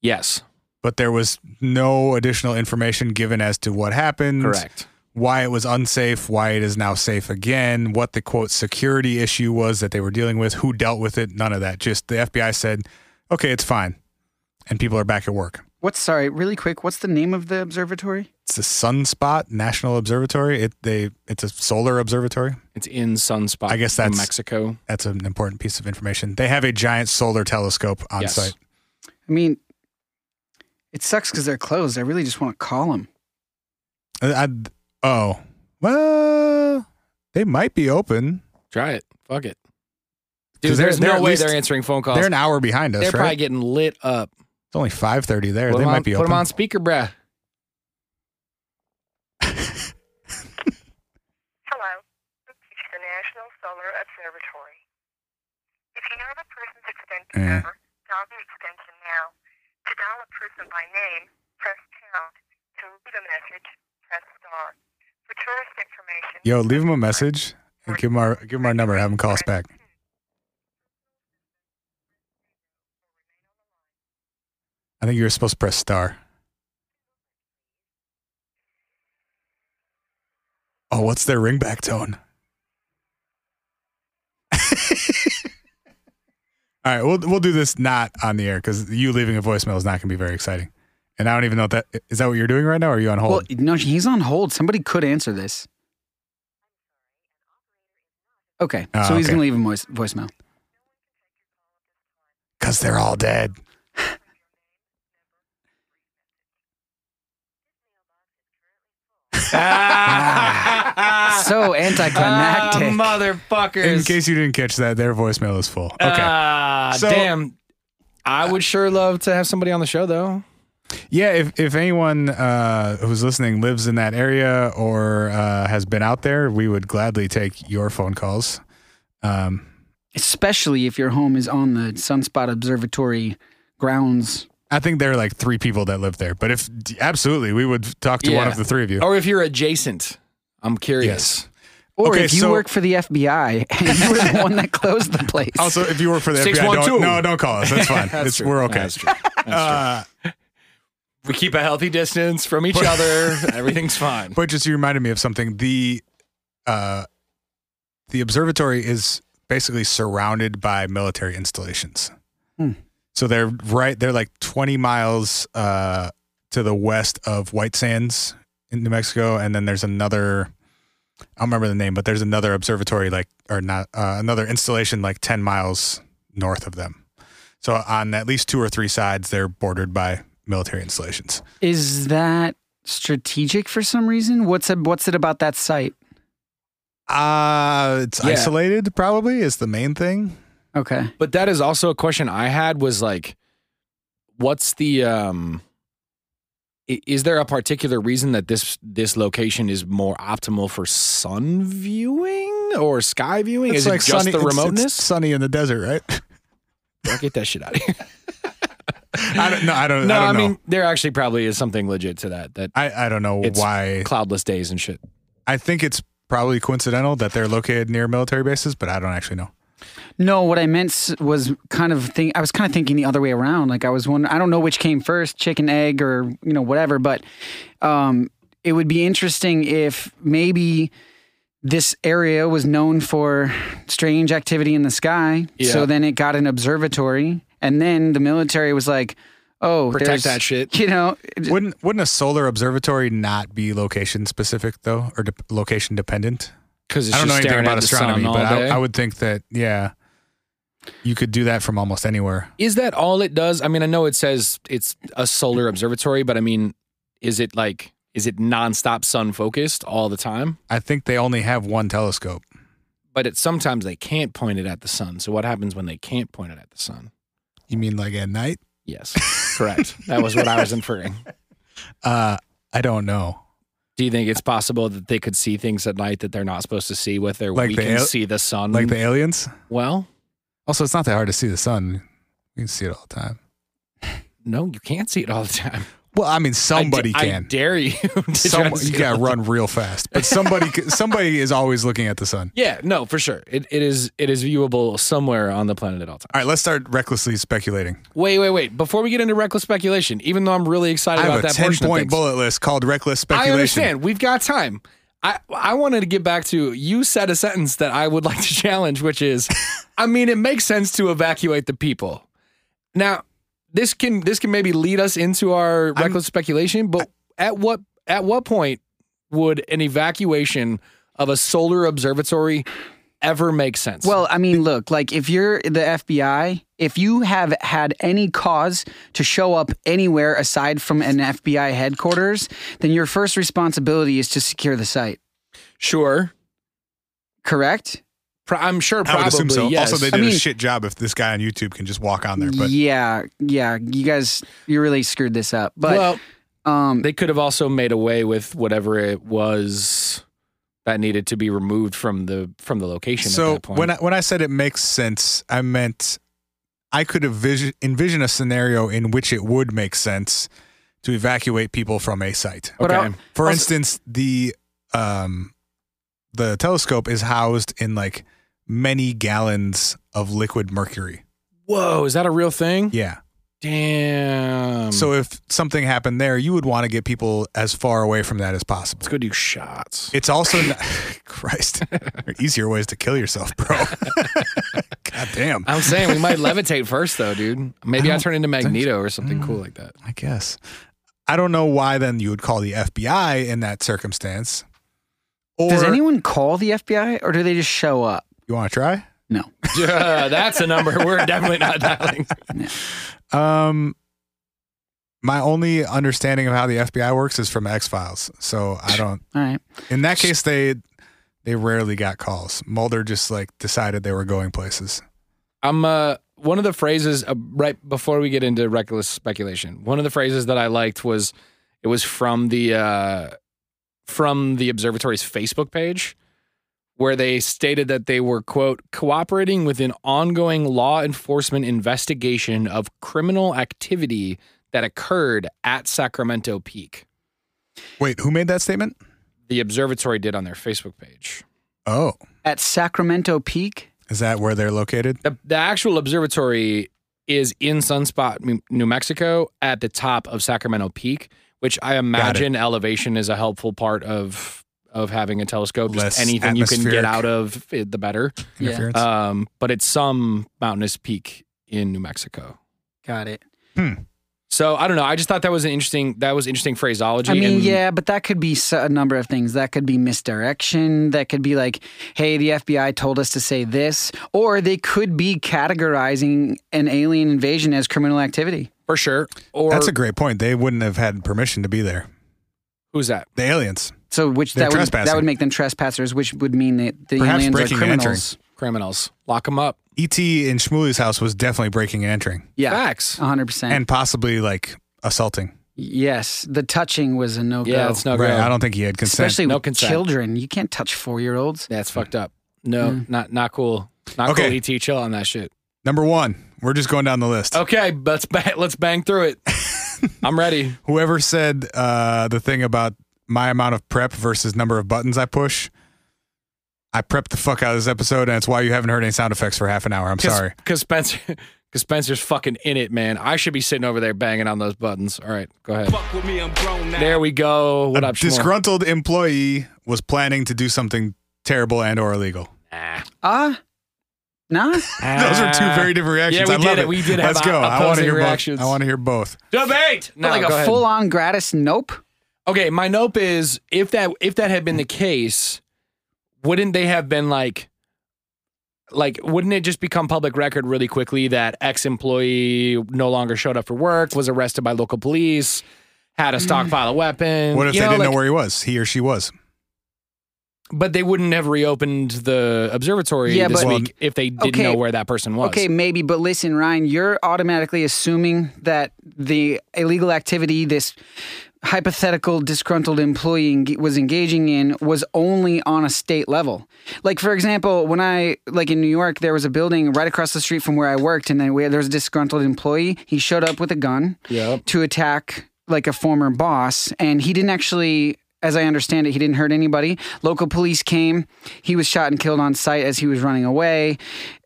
Speaker 2: yes,
Speaker 1: but there was no additional information given as to what happened,
Speaker 2: correct.
Speaker 1: why it was unsafe, why it is now safe again, what the quote security issue was that they were dealing with, who dealt with it, none of that. Just the FBI said, okay, it's fine, and people are back at work.
Speaker 3: What's sorry, really quick. What's the name of the observatory?
Speaker 1: It's the Sunspot National Observatory. It they it's a solar observatory.
Speaker 2: It's in Sunspot.
Speaker 1: I guess
Speaker 2: in
Speaker 1: that's-
Speaker 2: Mexico.
Speaker 1: That's an important piece of information. They have a giant solar telescope on
Speaker 2: Yes.
Speaker 1: site.
Speaker 3: I mean, it sucks because they're closed. I really just want to call them.
Speaker 1: Uh, I, I- oh, well, they might be open.
Speaker 2: Try it. Fuck it.
Speaker 1: 'Cause
Speaker 2: Dude,
Speaker 1: they're-
Speaker 2: there's
Speaker 1: they're
Speaker 2: no
Speaker 1: at
Speaker 2: way
Speaker 1: least-
Speaker 2: they're answering phone calls.
Speaker 1: They're
Speaker 2: They're,
Speaker 1: an hour behind us,
Speaker 2: probably
Speaker 1: right?
Speaker 2: getting lit up.
Speaker 1: It's only five thirty there.
Speaker 2: Put
Speaker 1: they
Speaker 2: 'em
Speaker 1: might
Speaker 2: on,
Speaker 1: be
Speaker 2: Put
Speaker 1: open.
Speaker 2: them on speaker, bruh. [laughs]
Speaker 7: Hello. This is the National Solar Observatory. If you know the person's extension
Speaker 1: Yeah.
Speaker 7: number, dial the extension now. To dial a person by name, press pound. To leave a message, press star. For tourist information,
Speaker 1: Yo, leave them a message and give them our give them our number. Have them call us back. I think you were supposed to press star. Oh, what's their ringback tone? [laughs] All right, we'll we'll do this not on the air because you leaving a voicemail is not going to be very exciting. And I don't even know if that is that what you're doing right now. Or are you on hold?
Speaker 3: Well, no, he's on hold. Somebody could answer this. Okay,
Speaker 1: Ah,
Speaker 3: so he's
Speaker 1: okay.
Speaker 3: gonna leave a voice, voicemail.
Speaker 1: Because they're all dead. Ah. [laughs]
Speaker 3: So anticlimactic.
Speaker 2: Ah, motherfuckers. Uh,
Speaker 1: In case you didn't catch that, their voicemail is full. Okay.
Speaker 2: Ah,
Speaker 1: So-
Speaker 2: damn. I would sure love to have somebody on the show though.
Speaker 1: Yeah, if, if anyone uh, who's listening lives in that area or uh, has been out there, we would gladly take your phone calls. Um,
Speaker 3: especially if your home is on the Sunspot Observatory grounds.
Speaker 1: I think there are like three people that live there, but if absolutely, we would talk to one
Speaker 2: Yeah. Oh.
Speaker 1: of the three of you.
Speaker 2: Or if you're adjacent. I'm curious.
Speaker 3: Or
Speaker 1: Okay,
Speaker 3: if you
Speaker 1: so-
Speaker 3: work for the FBI [laughs] and you were the one that closed the place.
Speaker 1: Also, if you work for the FBI,
Speaker 2: 612.
Speaker 1: don't, no, don't call us. That's fine.
Speaker 2: [laughs] That's
Speaker 1: it's,
Speaker 2: true.
Speaker 1: we're okay.
Speaker 2: That's true.
Speaker 1: Uh,
Speaker 2: We keep a healthy distance from each [laughs] other. Everything's fine.
Speaker 1: but just you reminded me of something. The uh, the observatory is basically surrounded by military installations.
Speaker 3: Hmm.
Speaker 1: So they're right. They're like twenty miles uh, to the west of White Sands in New Mexico, and then there's another. I don't remember the name, but there's another observatory, like or not uh, another installation, like ten miles north of them. So on at least two or three sides, they're bordered by military installations.
Speaker 3: [laughs] is that strategic for some reason? What's it, what's it about that site?
Speaker 1: Uh it's
Speaker 2: Yeah.
Speaker 1: isolated probably is the main thing.
Speaker 3: Okay.
Speaker 2: But that is also a question I had was like, what's the um i- is there a particular reason that this this location is more optimal for sun viewing or sky viewing? is it just the
Speaker 1: it's-
Speaker 2: [laughs]
Speaker 1: it's
Speaker 2: remoteness?
Speaker 1: sunny in the desert, right? [laughs]
Speaker 2: Don't get that shit out of here.
Speaker 1: I don't no, [laughs] I don't
Speaker 2: no,
Speaker 1: I
Speaker 2: I,
Speaker 1: don't know.
Speaker 2: mean there actually probably is something legit to that. That
Speaker 1: I, I don't know
Speaker 2: It's-
Speaker 1: why.
Speaker 2: cloudless days and shit.
Speaker 1: I think it's probably coincidental that they're located near military bases, but I don't actually know.
Speaker 3: No, what I meant s- was kind of think I was kind of thinking the other way around. Like I was wondering, I don't know which came first, chicken, egg, or you know whatever. But um, it would be interesting if maybe this area was known for strange activity in the sky.
Speaker 2: Yeah.
Speaker 3: So then it got an observatory, and then the military was like, "Oh,
Speaker 2: Protect
Speaker 3: there's-
Speaker 2: that shit.
Speaker 3: [laughs] You know, it-
Speaker 1: Wouldn't wouldn't a solar observatory not be location specific though, or de- location dependent?
Speaker 2: Because
Speaker 1: I don't know
Speaker 2: just
Speaker 1: anything
Speaker 2: staring
Speaker 1: about
Speaker 2: at the sun
Speaker 1: astronomy,
Speaker 2: all
Speaker 1: but I,
Speaker 2: day.
Speaker 1: I would think that yeah, you could do that from almost anywhere.
Speaker 2: is that all it does? I mean, I know it says it's a solar observatory, but I mean, is it like is it nonstop sun focused all the time?
Speaker 1: I think they only have one telescope.
Speaker 2: But it sometimes they can't point it at the sun. So what happens when they can't point it at the sun?
Speaker 1: You mean like at night?
Speaker 2: Yes,
Speaker 1: [laughs]
Speaker 2: correct. That was what I was inferring.
Speaker 1: Uh, I don't know.
Speaker 2: Do you think it's possible that they could see things at night that they're not supposed to see with their
Speaker 1: Like
Speaker 2: we
Speaker 1: the
Speaker 2: can
Speaker 1: al-
Speaker 2: see the sun?
Speaker 1: Like the aliens?
Speaker 2: well,
Speaker 1: Also, it's not that hard to see the sun. You can see it all the time.
Speaker 2: no, you can't see it all the time.
Speaker 1: Well, I mean,
Speaker 2: I d-
Speaker 1: [laughs] somebody
Speaker 2: I [laughs]
Speaker 1: can.
Speaker 2: dare you. to try to
Speaker 1: Some,
Speaker 2: see it
Speaker 1: you
Speaker 2: all
Speaker 1: gotta
Speaker 2: the
Speaker 1: run real fast, but somebody c- [laughs] somebody is always looking at the sun.
Speaker 2: Yeah, no, for sure. It, it is it is viewable somewhere on the planet at all times.
Speaker 1: All right, let's start recklessly speculating.
Speaker 2: Wait, wait, wait. Before we get into reckless speculation, even though I'm really
Speaker 1: I
Speaker 2: excited
Speaker 1: have
Speaker 2: about
Speaker 1: a
Speaker 2: that
Speaker 1: ten
Speaker 2: portion of
Speaker 1: point
Speaker 2: things,
Speaker 1: bullet list called reckless speculation.
Speaker 2: I understand. We've got time. I I wanted to get back to you said a sentence that I would [laughs] like to challenge, which is, I mean, it makes sense to evacuate the people. Now, this can this can maybe lead us into our reckless speculation, but at what at what point would an evacuation of a solar observatory ever make sense?
Speaker 3: Well, I mean, look, like if you're the FBI, if you have had any cause to show up anywhere aside from an FBI headquarters, then your first responsibility is to secure the site,
Speaker 2: sure.
Speaker 3: correct?
Speaker 2: Pro- I'm sure
Speaker 1: I
Speaker 2: probably
Speaker 1: would assume so.
Speaker 2: yes.
Speaker 1: Also, they did
Speaker 3: I
Speaker 1: a
Speaker 3: mean-
Speaker 1: shit job if this guy on YouTube can just walk on there. But
Speaker 3: yeah, yeah, you guys, you really screwed this up. But
Speaker 2: well,
Speaker 3: um,
Speaker 2: they could have also made away with whatever it was that needed to be removed from the from the location at
Speaker 1: so
Speaker 2: that point.
Speaker 1: when I, when I said it makes sense, I meant I could envision, envision a scenario in which it would make sense to evacuate people from a site.
Speaker 3: but
Speaker 2: okay.
Speaker 3: I'll-
Speaker 1: For
Speaker 3: Also-
Speaker 1: instance, the um the telescope is housed in like many gallons of liquid mercury.
Speaker 2: Whoa, is that a real thing?
Speaker 1: Yeah.
Speaker 2: Damn.
Speaker 1: so if something happened there, you would want to get people as far away from that as possible.
Speaker 2: let's go do shots.
Speaker 1: It's also not, [laughs]
Speaker 2: [laughs]
Speaker 1: Christ. There are easier ways to kill yourself, bro. [laughs] God damn.
Speaker 2: I'm saying we might levitate first though, dude. Maybe I, turn into Magneto or something cool
Speaker 1: Mm.
Speaker 2: like that. [laughs]
Speaker 1: I guess. I don't know why then you would call the FBI in that circumstance. Or
Speaker 3: does anyone call the FBI or do they just show up?
Speaker 1: you want to try?
Speaker 3: No.
Speaker 2: Yeah, that's a number we're definitely not dialing.
Speaker 1: Um, my only understanding of how the FBI works is from X Files, so I don't.
Speaker 3: All right.
Speaker 1: In that case, they they rarely got calls. Mulder just like decided they were going places.
Speaker 2: I'm uh one of the phrases uh, right before we get into reckless speculation. One of the phrases that I liked was it was from the uh, from the observatory's Facebook page where they stated that they were quote cooperating with an ongoing law enforcement investigation of criminal activity that occurred at Sacramento Peak.
Speaker 1: Wait, who made that statement?
Speaker 2: The observatory did on their Facebook page.
Speaker 1: Oh,
Speaker 3: At Sacramento Peak,
Speaker 1: is that where they're located?
Speaker 2: The, the actual observatory is in Sunspot, Mu- New Mexico, at the top of Sacramento Peak, which I imagine elevation is a helpful part of of having a telescope. Just
Speaker 1: Less
Speaker 2: anything you can get
Speaker 1: atmospheric.
Speaker 2: out of it, the better.
Speaker 3: Yeah. Uh,
Speaker 1: Interference.
Speaker 2: Um, but it's some mountainous peak in New Mexico.
Speaker 3: got it.
Speaker 2: So I don't know. I just thought that was an interesting that was interesting phraseology.
Speaker 3: I mean,
Speaker 2: and-
Speaker 3: yeah, but that could be s- a number of things. That could be misdirection. That could be like, hey, the FBI told us to say this. Or they could be categorizing an alien invasion as criminal activity.
Speaker 2: for sure. Or
Speaker 1: That's a great point. They wouldn't have had permission to be there.
Speaker 2: who's that?
Speaker 1: The aliens,
Speaker 3: So, which
Speaker 1: They're
Speaker 3: that would, that
Speaker 1: trespassing.
Speaker 3: would make them trespassers, which would mean that the
Speaker 1: perhaps
Speaker 3: aliens are
Speaker 1: breaking and entering.
Speaker 3: criminals.
Speaker 2: Criminals. Lock them up.
Speaker 1: ET E in Shmuley's house was definitely breaking and entering,
Speaker 3: Yeah, Oh,
Speaker 2: Facts.
Speaker 3: 100%.
Speaker 1: and possibly like assaulting.
Speaker 3: yes, the touching was a no go.
Speaker 2: yeah, it's no
Speaker 1: right?
Speaker 2: go.
Speaker 1: I don't think he had consent.
Speaker 3: Especially
Speaker 2: No
Speaker 3: with
Speaker 2: consent.
Speaker 3: children. You can't touch four year olds.
Speaker 2: That's fucked up. No,
Speaker 3: Mm.
Speaker 2: not not cool. Not
Speaker 1: Okay.
Speaker 2: cool. Et, chill on that shit.
Speaker 1: Number one, we're just going down the list.
Speaker 2: Okay, let's bang, let's bang through it. I'm
Speaker 1: [laughs]
Speaker 2: ready.
Speaker 1: [laughs] Whoever said uh, the thing about my amount of prep versus number of buttons I push, I prepped the fuck out of this episode, and it's why you haven't heard any sound effects for half an hour. I'm sorry.
Speaker 2: because Spencer, because Spencer's fucking in it, man. I should be sitting over there banging on those buttons. All right, go ahead. There we go. What
Speaker 1: A
Speaker 2: up, Shmuel?
Speaker 1: disgruntled employee was planning to do something terrible and or illegal.
Speaker 3: Ah, nah.
Speaker 2: Ah.
Speaker 1: [laughs] Those are two very different reactions.
Speaker 2: yeah, we
Speaker 1: I love
Speaker 2: did it.
Speaker 1: it.
Speaker 2: We did have
Speaker 1: Let's go. I
Speaker 2: opposing
Speaker 1: want to hear
Speaker 2: reactions.
Speaker 1: both. I want to hear both.
Speaker 2: debate. [laughs] No,
Speaker 3: like
Speaker 2: go
Speaker 3: a
Speaker 2: ahead.
Speaker 3: full on gratis nope.
Speaker 2: Okay, my nope is if that if that had been the case, wouldn't they have been like like wouldn't it just become public record really quickly that ex employee no longer showed up for work, was arrested by local police, had a stockpile of weapons.
Speaker 1: Mm. What if
Speaker 2: you
Speaker 1: they didn't
Speaker 2: like-
Speaker 1: know where he was? He or she was.
Speaker 2: But they wouldn't have reopened the observatory
Speaker 3: Yeah,
Speaker 2: this
Speaker 1: but-
Speaker 2: week if they didn't
Speaker 3: Okay.
Speaker 2: know where that person was.
Speaker 3: Okay, maybe, but listen, Ryan, you're automatically assuming that the illegal activity this hypothetical disgruntled employee eng- was engaging in was only on a state level. Like for example, when I like in New York, there was a building right across the street from where I worked, and then we, there was a disgruntled employee. He showed up with a gun
Speaker 2: Yep.
Speaker 3: to attack like a former boss and he didn't actually as i understand it he didn't hurt anybody local police came he was shot and killed on site as he was running away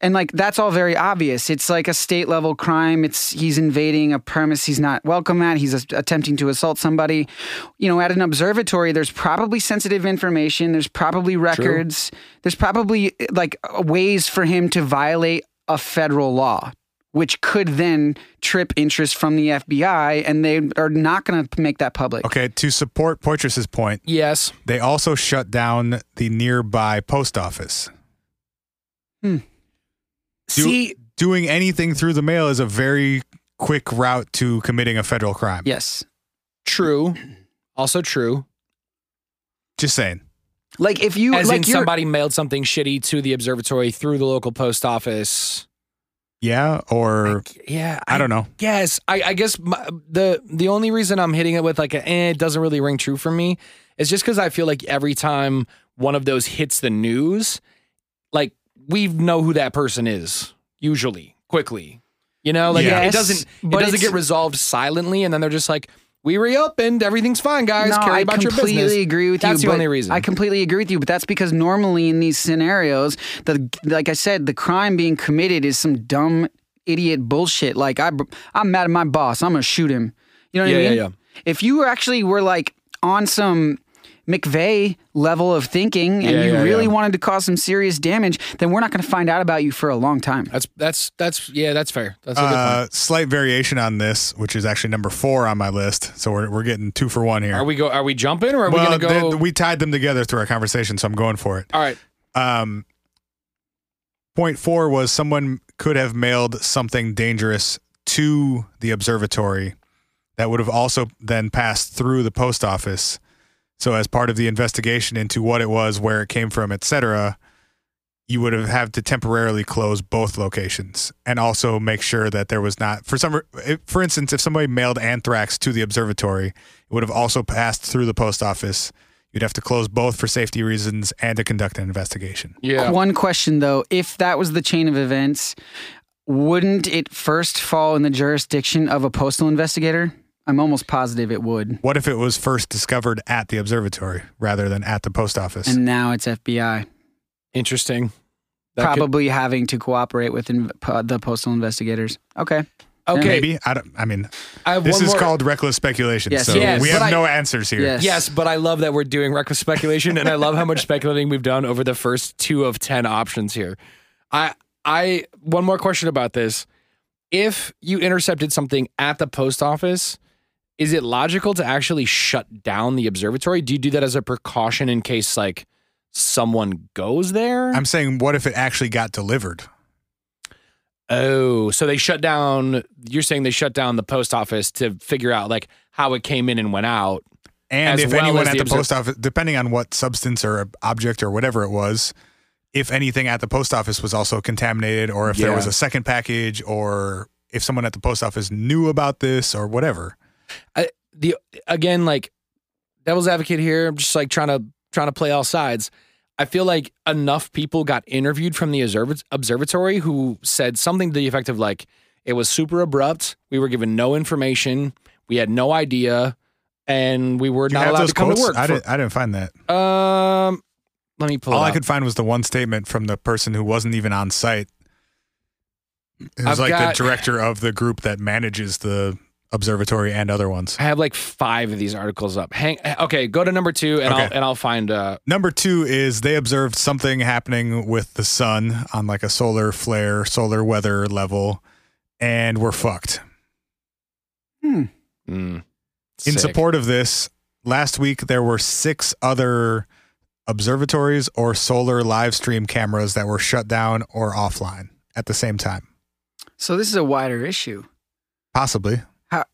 Speaker 3: and like that's all very obvious it's like a state level crime it's he's invading a premise he's not welcome at he's a- attempting to assault somebody you know at an observatory there's probably sensitive information there's probably records there's probably like ways for him to violate a federal law which could then trip interest from the FBI, and they are not going to make that public.
Speaker 1: Okay, to support Poitras's point,
Speaker 2: Yes.
Speaker 1: they also shut down the nearby post office. Do-
Speaker 2: See,
Speaker 1: Doing anything through the mail is a very quick route to committing a federal crime.
Speaker 3: Yes,
Speaker 2: true.
Speaker 3: [clears throat]
Speaker 2: Also true.
Speaker 1: Just saying.
Speaker 3: like if you
Speaker 2: As
Speaker 3: like
Speaker 2: in
Speaker 3: you're-
Speaker 2: somebody mailed something shitty to the observatory through the local post office.
Speaker 1: Yeah, or
Speaker 2: Yeah,
Speaker 1: I, don't know.
Speaker 2: Yes, I, I guess my, the the only reason I'm hitting it with like a, eh, it doesn't really ring true for me is just because I feel like every time one of those hits the news, like we know who that person is usually quickly. You know, like
Speaker 1: Yeah.
Speaker 2: it doesn't it
Speaker 3: But
Speaker 2: doesn't
Speaker 3: it's-
Speaker 2: get resolved silently, and then they're just like, "We reopened, everything's fine, guys.
Speaker 3: no,
Speaker 2: Carry
Speaker 3: I
Speaker 2: about your
Speaker 3: completely
Speaker 2: business."
Speaker 3: agree with you.
Speaker 2: That's the
Speaker 3: but
Speaker 2: only reason.
Speaker 3: I completely agree with you, but that's because normally in these scenarios, the like I said, the crime being committed is some dumb idiot bullshit. Like I, I'm mad at my boss. I'm gonna shoot him. You know what
Speaker 2: Yeah,
Speaker 3: I mean?
Speaker 2: yeah,
Speaker 3: If you were actually were like on some McVeigh level of thinking, and
Speaker 2: Yeah,
Speaker 3: you
Speaker 2: yeah,
Speaker 3: really
Speaker 2: yeah.
Speaker 3: wanted to cause some serious damage, then we're not going to find out about you for a long time.
Speaker 2: That's that's that's yeah, that's fair. That's a good point.
Speaker 1: Uh, slight variation on this, which is actually number four on my list. So we're, we're getting two for one here.
Speaker 2: Are we go? Are we jumping or are
Speaker 1: well,
Speaker 2: we gonna go?
Speaker 1: they- we tied them together through our conversation, so I'm going for it.
Speaker 2: all right.
Speaker 1: Um, point four was someone could have mailed something dangerous to the observatory that would have also then passed through the post office. So, as part of the investigation into what it was, where it came from, etc., you would have had to temporarily close both locations and also make sure that there was not for some if- for instance if somebody mailed anthrax to the observatory it would have also passed through the post office you'd have to close both for safety reasons and to conduct an investigation
Speaker 2: Yeah.
Speaker 3: One question though, if that was the chain of events, wouldn't it first fall in the jurisdiction of a postal investigator? I'm almost positive it would.
Speaker 1: what if it was first discovered at the observatory rather than at the post office
Speaker 3: And now it's FBI,
Speaker 2: Interesting. That could-
Speaker 3: probably having to cooperate with in, po- the postal investigators. Okay.
Speaker 2: okay.
Speaker 1: maybe i don't i mean
Speaker 2: I have
Speaker 1: this
Speaker 2: one
Speaker 1: is
Speaker 2: more-
Speaker 1: called reckless speculation
Speaker 3: Yes,
Speaker 1: so
Speaker 2: yes,
Speaker 1: we
Speaker 2: but
Speaker 1: have
Speaker 2: I-
Speaker 1: no answers here
Speaker 3: Yes.
Speaker 2: Yes, but I love that we're doing reckless speculation, and I love how much speculating we've done over the first two of ten options here. I, I, one more question about this: If you intercepted something at the post office, is it logical to actually shut down the observatory? Do you do that as a precaution in case like someone goes there?
Speaker 1: i'm saying what if it actually got delivered
Speaker 2: oh, so they shut down. You're saying they shut down the post office to figure out like how it came in and went out.
Speaker 1: And
Speaker 2: as
Speaker 1: if
Speaker 2: well
Speaker 1: anyone
Speaker 2: as
Speaker 1: at
Speaker 2: the
Speaker 1: the,
Speaker 2: observ-
Speaker 1: post office, depending on what substance or object or whatever it was, if anything at the post office was also contaminated, or if there was
Speaker 2: Yeah.
Speaker 1: a second package, or if someone at the post office knew about this or whatever.
Speaker 2: the again like devil's advocate here i'm just like trying to trying to play all sides i feel like enough people got interviewed from the observ- observatory who said something to the effect of like it was super abrupt we were given no information we had no idea and we were
Speaker 1: Do you
Speaker 2: not
Speaker 1: have
Speaker 2: allowed
Speaker 1: those
Speaker 2: to come
Speaker 1: quotes?
Speaker 2: to work
Speaker 1: I
Speaker 2: for-
Speaker 1: didn't. I didn't find that.
Speaker 2: um let me pull
Speaker 1: All
Speaker 2: it
Speaker 1: I
Speaker 2: up.
Speaker 1: could find was the one statement from the person who wasn't even on site. It was
Speaker 2: I've
Speaker 1: like
Speaker 2: got-
Speaker 1: the director of the group that manages the observatory and other ones.
Speaker 2: i have like five of these articles up hang okay go to number two and i'll
Speaker 1: Okay.
Speaker 2: and i'll find uh
Speaker 1: Number two is they observed something happening with the sun on like a solar flare, solar weather level, and we're fucked.
Speaker 2: mm,
Speaker 1: In
Speaker 2: sick. [laughs]
Speaker 1: support of this, last week there were six other observatories or solar live stream cameras that were shut down or offline at the same time.
Speaker 3: So this is a wider issue.
Speaker 1: Possibly.
Speaker 3: How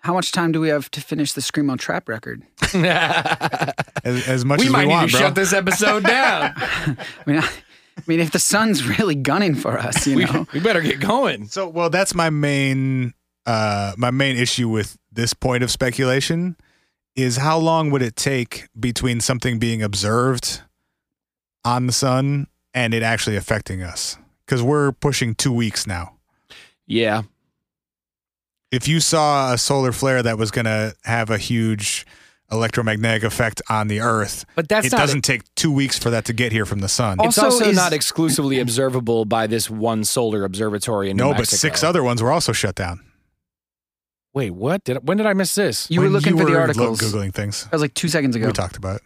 Speaker 3: how much time do we have to finish the Screamo Trap record?
Speaker 1: As, as much
Speaker 2: we
Speaker 1: as
Speaker 2: might
Speaker 1: we
Speaker 2: need
Speaker 1: want,
Speaker 2: to
Speaker 1: bro.
Speaker 2: shut this episode
Speaker 1: [laughs]
Speaker 2: down
Speaker 3: I mean, [laughs] I, I mean, if the sun's really gunning for us, you
Speaker 2: we,
Speaker 3: know.
Speaker 2: we better get going.
Speaker 1: So, well, that's my main uh my main issue with this point of speculation is how long would it take between something being observed on the sun and it actually affecting us? Cuz we're pushing 2 weeks now.
Speaker 2: Yeah.
Speaker 1: If you saw a solar flare that was going to have a huge electromagnetic effect on the earth,
Speaker 2: But that's
Speaker 1: it
Speaker 2: not
Speaker 1: doesn't take 2 weeks for that to get here from the sun.
Speaker 2: it's
Speaker 3: Also,
Speaker 2: also
Speaker 3: is-
Speaker 2: not exclusively observable by this one solar observatory in New
Speaker 1: no, but
Speaker 2: Mexico.
Speaker 1: six other ones were also shut down.
Speaker 2: Wait, what? Did when did I miss this?
Speaker 3: [laughs] You were
Speaker 1: When
Speaker 3: looking for
Speaker 1: were
Speaker 3: the
Speaker 1: lo-
Speaker 3: articles. That
Speaker 1: googling things.
Speaker 3: was like two seconds ago.
Speaker 1: We talked about it.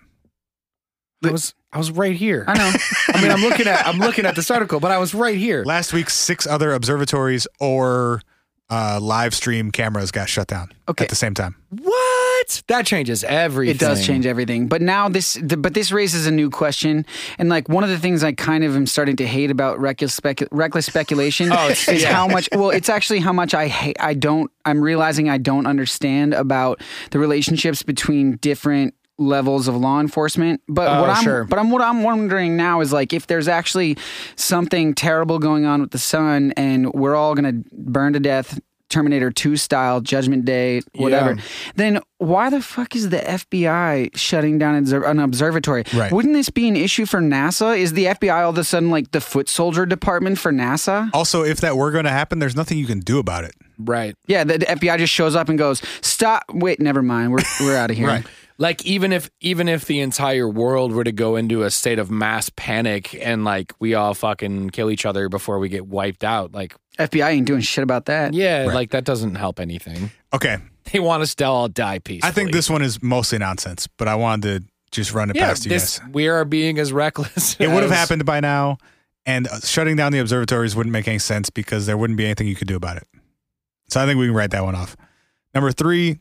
Speaker 2: I was I was right here.
Speaker 3: I [laughs] know.
Speaker 2: I mean, I'm looking at I'm looking at this article, but I was right here.
Speaker 1: Last week, six other observatories or uh, live stream cameras got shut down
Speaker 3: Okay.
Speaker 1: at the same time.
Speaker 2: What? That changes everything.
Speaker 3: It does change everything. But now this, the, but this raises a new question. And like one of the things I kind of am starting to hate about reckless, specu- reckless speculation
Speaker 2: [laughs] Oh, it's-
Speaker 3: is
Speaker 2: yeah.
Speaker 3: how much. Well, it's actually how much I hate. I don't. I'm realizing I don't understand about the relationships between different levels of law enforcement. But
Speaker 2: Oh,
Speaker 3: what I'm,
Speaker 2: sure.
Speaker 3: but I'm what I'm wondering now is like if there's actually something terrible going on with the sun, and we're all gonna burn to death. Terminator 2 style, Judgment Day, whatever
Speaker 2: Yeah.
Speaker 3: then why the fuck is the FBI shutting down obser- an observatory?
Speaker 1: Right.
Speaker 3: Wouldn't this be an issue for NASA? Is the FBI all of a sudden like the foot soldier department for NASA?
Speaker 1: Also, if that were going to happen, there's nothing you can do about it.
Speaker 2: Right.
Speaker 3: Yeah, the, the FBI just shows up and goes, "Stop! Wait, never mind. We're we're out of here."
Speaker 1: [laughs] Right.
Speaker 2: Like even if even if the entire world were to go into a state of mass panic and like we all fucking kill each other before we get wiped out, like
Speaker 3: FBI ain't doing shit about that.
Speaker 2: yeah,
Speaker 1: Right.
Speaker 2: like that doesn't help anything.
Speaker 1: Okay,
Speaker 2: They want us to all die peacefully.
Speaker 1: I think this one is mostly nonsense, but I wanted to just run it
Speaker 2: yeah,
Speaker 1: past you
Speaker 2: this,
Speaker 1: guys.
Speaker 2: we are being as reckless.
Speaker 1: It would have
Speaker 2: as-
Speaker 1: happened by now, and uh, shutting down the observatories wouldn't make any sense because there wouldn't be anything you could do about it. So I think we can write that one off. Number three,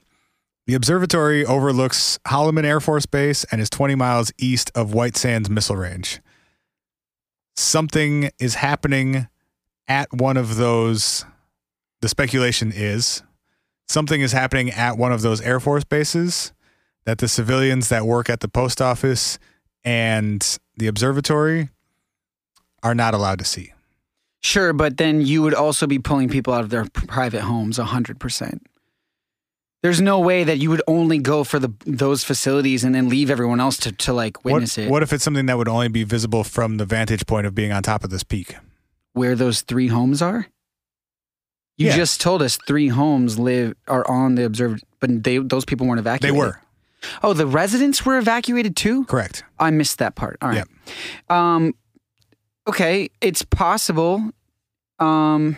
Speaker 1: the observatory overlooks Holloman Air Force Base and is 20 miles east of White Sands Missile Range. Something is happening at one of those. The speculation is something is happening at one of those Air Force bases that the civilians that work at the post office and the observatory are not allowed to see.
Speaker 3: Sure, but then you would also be pulling people out of their p- private homes 100%. There's no way that you would only go for the those facilities and then leave everyone else to, to like witness
Speaker 1: what,
Speaker 3: it.
Speaker 1: What if it's something that would only be visible from the vantage point of being on top of this peak?
Speaker 3: Where those three homes are? You
Speaker 1: Yeah.
Speaker 3: just told us three homes live are on the observed but they those people weren't
Speaker 1: They
Speaker 3: evacuated.
Speaker 1: were
Speaker 3: Oh, the residents were evacuated too?
Speaker 1: correct.
Speaker 3: I missed that part. All right. Um, okay, it's possible. Um,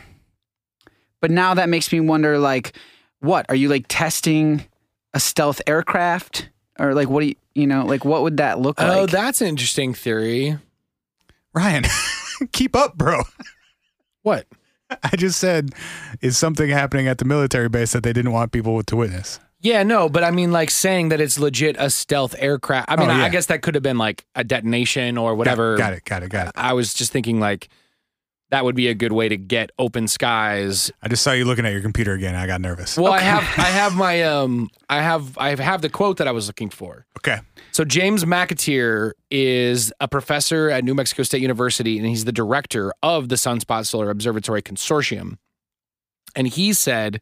Speaker 3: but now that makes me wonder, like, what are you like testing a stealth aircraft, or like what do you, you know, like what would that look
Speaker 2: Oh,
Speaker 3: like?
Speaker 2: that's an interesting theory.
Speaker 1: Ryan, [laughs] keep up, bro.
Speaker 2: What?
Speaker 1: I just said, is something happening at the military base that they didn't want people to witness?
Speaker 2: Yeah, no, but I mean, like saying that it's legit a stealth aircraft. I mean,
Speaker 1: Oh,
Speaker 2: I- I
Speaker 1: yeah.
Speaker 2: guess that could have been like a detonation or
Speaker 1: Got-
Speaker 2: whatever.
Speaker 1: Got, it. Got it. Got it.
Speaker 2: I was just thinking like that would be a good way to get open skies.
Speaker 1: I just saw you looking at your computer again. I got nervous.
Speaker 2: Well, I have I have my um I have I have the quote that I was looking for.
Speaker 1: Okay.
Speaker 2: So James McAteer is a professor at New Mexico State University, and he's the director of the Sunspot Solar Observatory Consortium. And he said,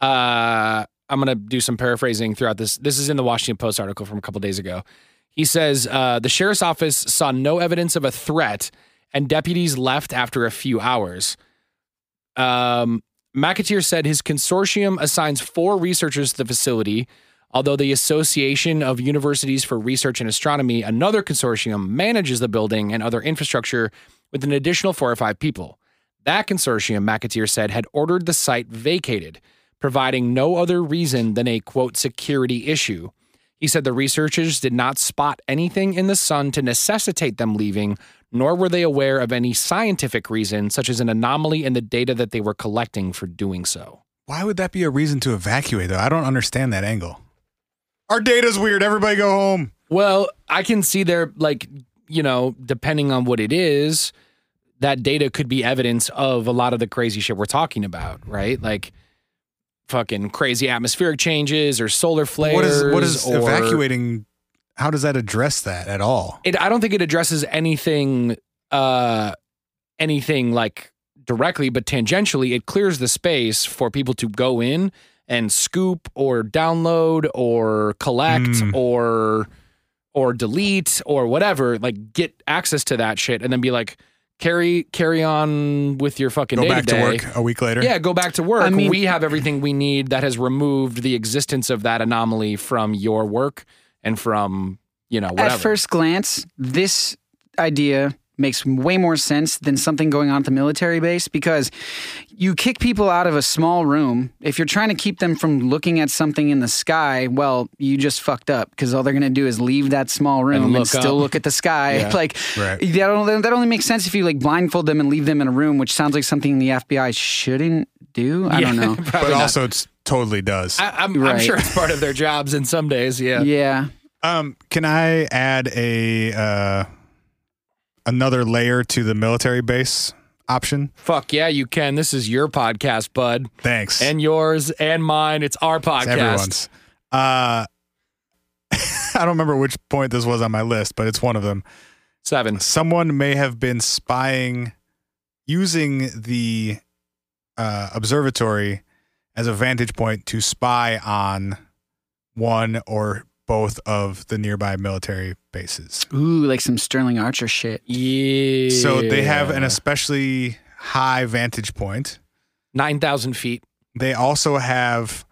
Speaker 2: uh, "I'm going to do some paraphrasing throughout this. This is in the Washington Post article from a couple days ago." He says uh, the sheriff's office saw no evidence of a threat, and deputies left after a few hours. Um, McAteer said his consortium assigns four researchers to the facility, although the Association of Universities for Research in Astronomy, another consortium, manages the building and other infrastructure with an additional four or five people. That consortium, McAteer said, had ordered the site vacated, providing no other reason than a quote security issue. He said the researchers did not spot anything in the sun to necessitate them leaving, nor were they aware of any scientific reason, such as an anomaly in the data that they were collecting for doing so.
Speaker 1: Why would that be a reason to evacuate, though? I don't understand that angle. Our data's weird. Everybody go home.
Speaker 2: Well, I can see there, like, you know, depending on what it is, that data could be evidence of a lot of the crazy shit we're talking about, right? Like, fucking crazy atmospheric changes or solar flares.
Speaker 1: What is what is
Speaker 2: or-
Speaker 1: evacuating? How does that address that at all?
Speaker 2: it I don't think it addresses anything uh anything like directly but tangentially it clears the space for people to go in and scoop or download or collect
Speaker 1: Mm.
Speaker 2: or or delete or whatever like get access to that shit and then be like carry carry on with your fucking
Speaker 1: Go
Speaker 2: day
Speaker 1: back to
Speaker 2: day.
Speaker 1: work a week later.
Speaker 2: Yeah, go back to work.
Speaker 3: I mean-
Speaker 2: we have everything we need that has removed the existence of that anomaly from your work and from, you know, whatever.
Speaker 3: At first glance, this idea makes way more sense than something going on at the military base because you kick people out of a small room if you're trying to keep them from looking at something in the sky well you just fucked up because all they're going to do is leave that small room and,
Speaker 2: look
Speaker 3: still
Speaker 2: up.
Speaker 3: look at the sky
Speaker 2: Yeah.
Speaker 3: [laughs] like
Speaker 2: [laughs]
Speaker 1: Right.
Speaker 3: that, only, that only makes sense if you like blindfold them and leave them in a room which sounds like something the fbi shouldn't do
Speaker 2: [laughs]
Speaker 3: i don't know
Speaker 1: But also, it's totally does.
Speaker 2: I, I'm, I'm
Speaker 3: Right.
Speaker 2: sure it's part of their jobs in some days. Yeah.
Speaker 3: yeah
Speaker 1: Um, can I add a uh, another layer to the military base option?
Speaker 2: Fuck yeah, you can. This is your podcast, bud,
Speaker 1: Thanks.
Speaker 2: and yours and mine. It's our podcast.
Speaker 1: It's everyone's. Uh, [laughs] I don't remember which point this was on my list, but it's one of them.
Speaker 2: Seven.
Speaker 1: Someone may have been spying using the uh, observatory as a vantage point to spy on one or both of the nearby military bases.
Speaker 3: ooh like some sterling archer shit
Speaker 2: Yeah.
Speaker 1: So they have an especially high vantage point.
Speaker 2: nine thousand feet.
Speaker 1: They also have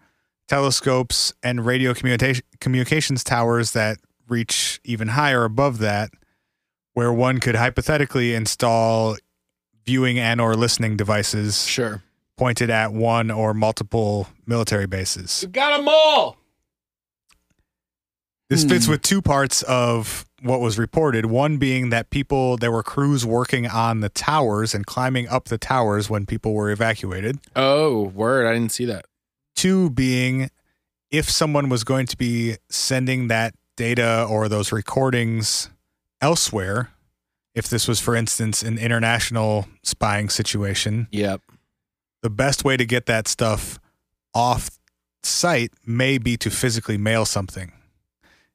Speaker 1: telescopes and radio communication communications towers that reach even higher above that, where one could hypothetically install viewing and or listening devices
Speaker 2: Sure.
Speaker 1: pointed at one or multiple military bases.
Speaker 2: We got them all.
Speaker 1: This fits
Speaker 3: Hmm.
Speaker 1: with two parts of what was reported. One being that people there were crews working on the towers and climbing up the towers when people were evacuated.
Speaker 2: Oh, word! I didn't see that.
Speaker 1: Two being if someone was going to be sending that data or those recordings elsewhere, if this was, for instance, an international spying situation,
Speaker 2: Yep.
Speaker 1: the best way to get that stuff off site may be to physically mail something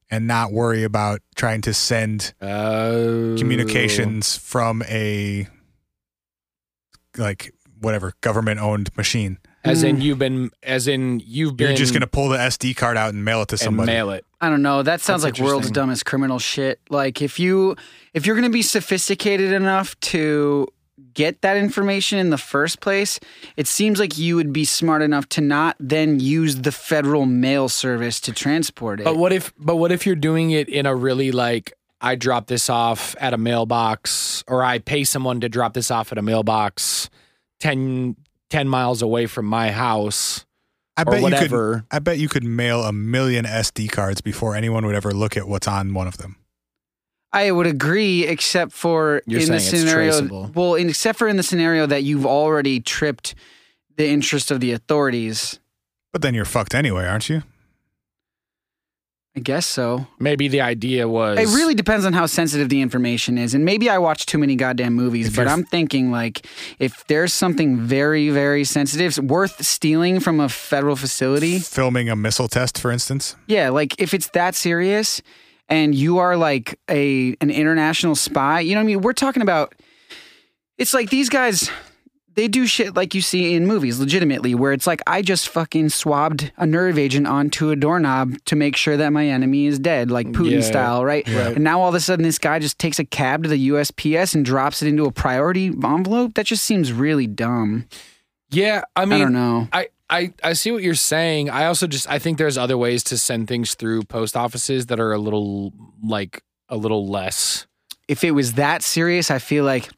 Speaker 1: and not worry about trying to send
Speaker 2: Oh.
Speaker 1: communications from a like whatever government owned machine.
Speaker 2: As in you've been, as in you've been.
Speaker 1: Mm. You're just gonna pull the SD card out and mail it to
Speaker 2: and
Speaker 1: somebody.
Speaker 2: mail it.
Speaker 3: I don't know. That sounds
Speaker 2: That's
Speaker 3: like world's
Speaker 2: interesting.
Speaker 3: dumbest criminal shit. Like if you if you're gonna be sophisticated enough to get that information in the first place, it seems like you would be smart enough to not then use the federal mail service to transport it.
Speaker 2: But what if? But what if you're doing it in a really like I drop this off at a mailbox, or I pay someone to drop this off at a mailbox 10, 10 miles away from my house
Speaker 1: I
Speaker 2: or
Speaker 1: bet you could.
Speaker 2: whatever.
Speaker 1: I bet you could mail a million SD cards before anyone would ever look at what's on one of them.
Speaker 3: I would agree, except for
Speaker 2: You're
Speaker 3: in the
Speaker 2: saying it's
Speaker 3: scenario.
Speaker 2: traceable.
Speaker 3: Well, in, except for in the scenario that you've already tripped the interest of the authorities.
Speaker 1: But then you're fucked anyway, aren't you?
Speaker 3: I guess so.
Speaker 2: Maybe the idea was
Speaker 3: It really depends on how sensitive the information is. And maybe I watch too many goddamn movies,
Speaker 1: If
Speaker 3: but
Speaker 1: you're-
Speaker 3: I'm thinking like if there's something very, very sensitive worth stealing from a federal facility,
Speaker 1: Filming a missile test, for instance.
Speaker 3: yeah, like if it's that serious and you are like a an international spy, you know what I mean? We're talking about it's like these guys they do shit like you see in movies legitimately where it's like I just fucking swabbed a nerve agent onto a doorknob to make sure that my enemy is dead like Putin
Speaker 2: Yeah.
Speaker 3: style, right? And now all of a sudden this guy just takes a cab to the USPS and drops it into a priority envelope. That just seems really dumb.
Speaker 2: Yeah, I
Speaker 3: I,
Speaker 2: mean,
Speaker 3: don't know.
Speaker 2: I, I, I see what you're saying. I also just I think there's other ways to send things through post offices that are a little like a little less.
Speaker 3: If it was that serious, I feel like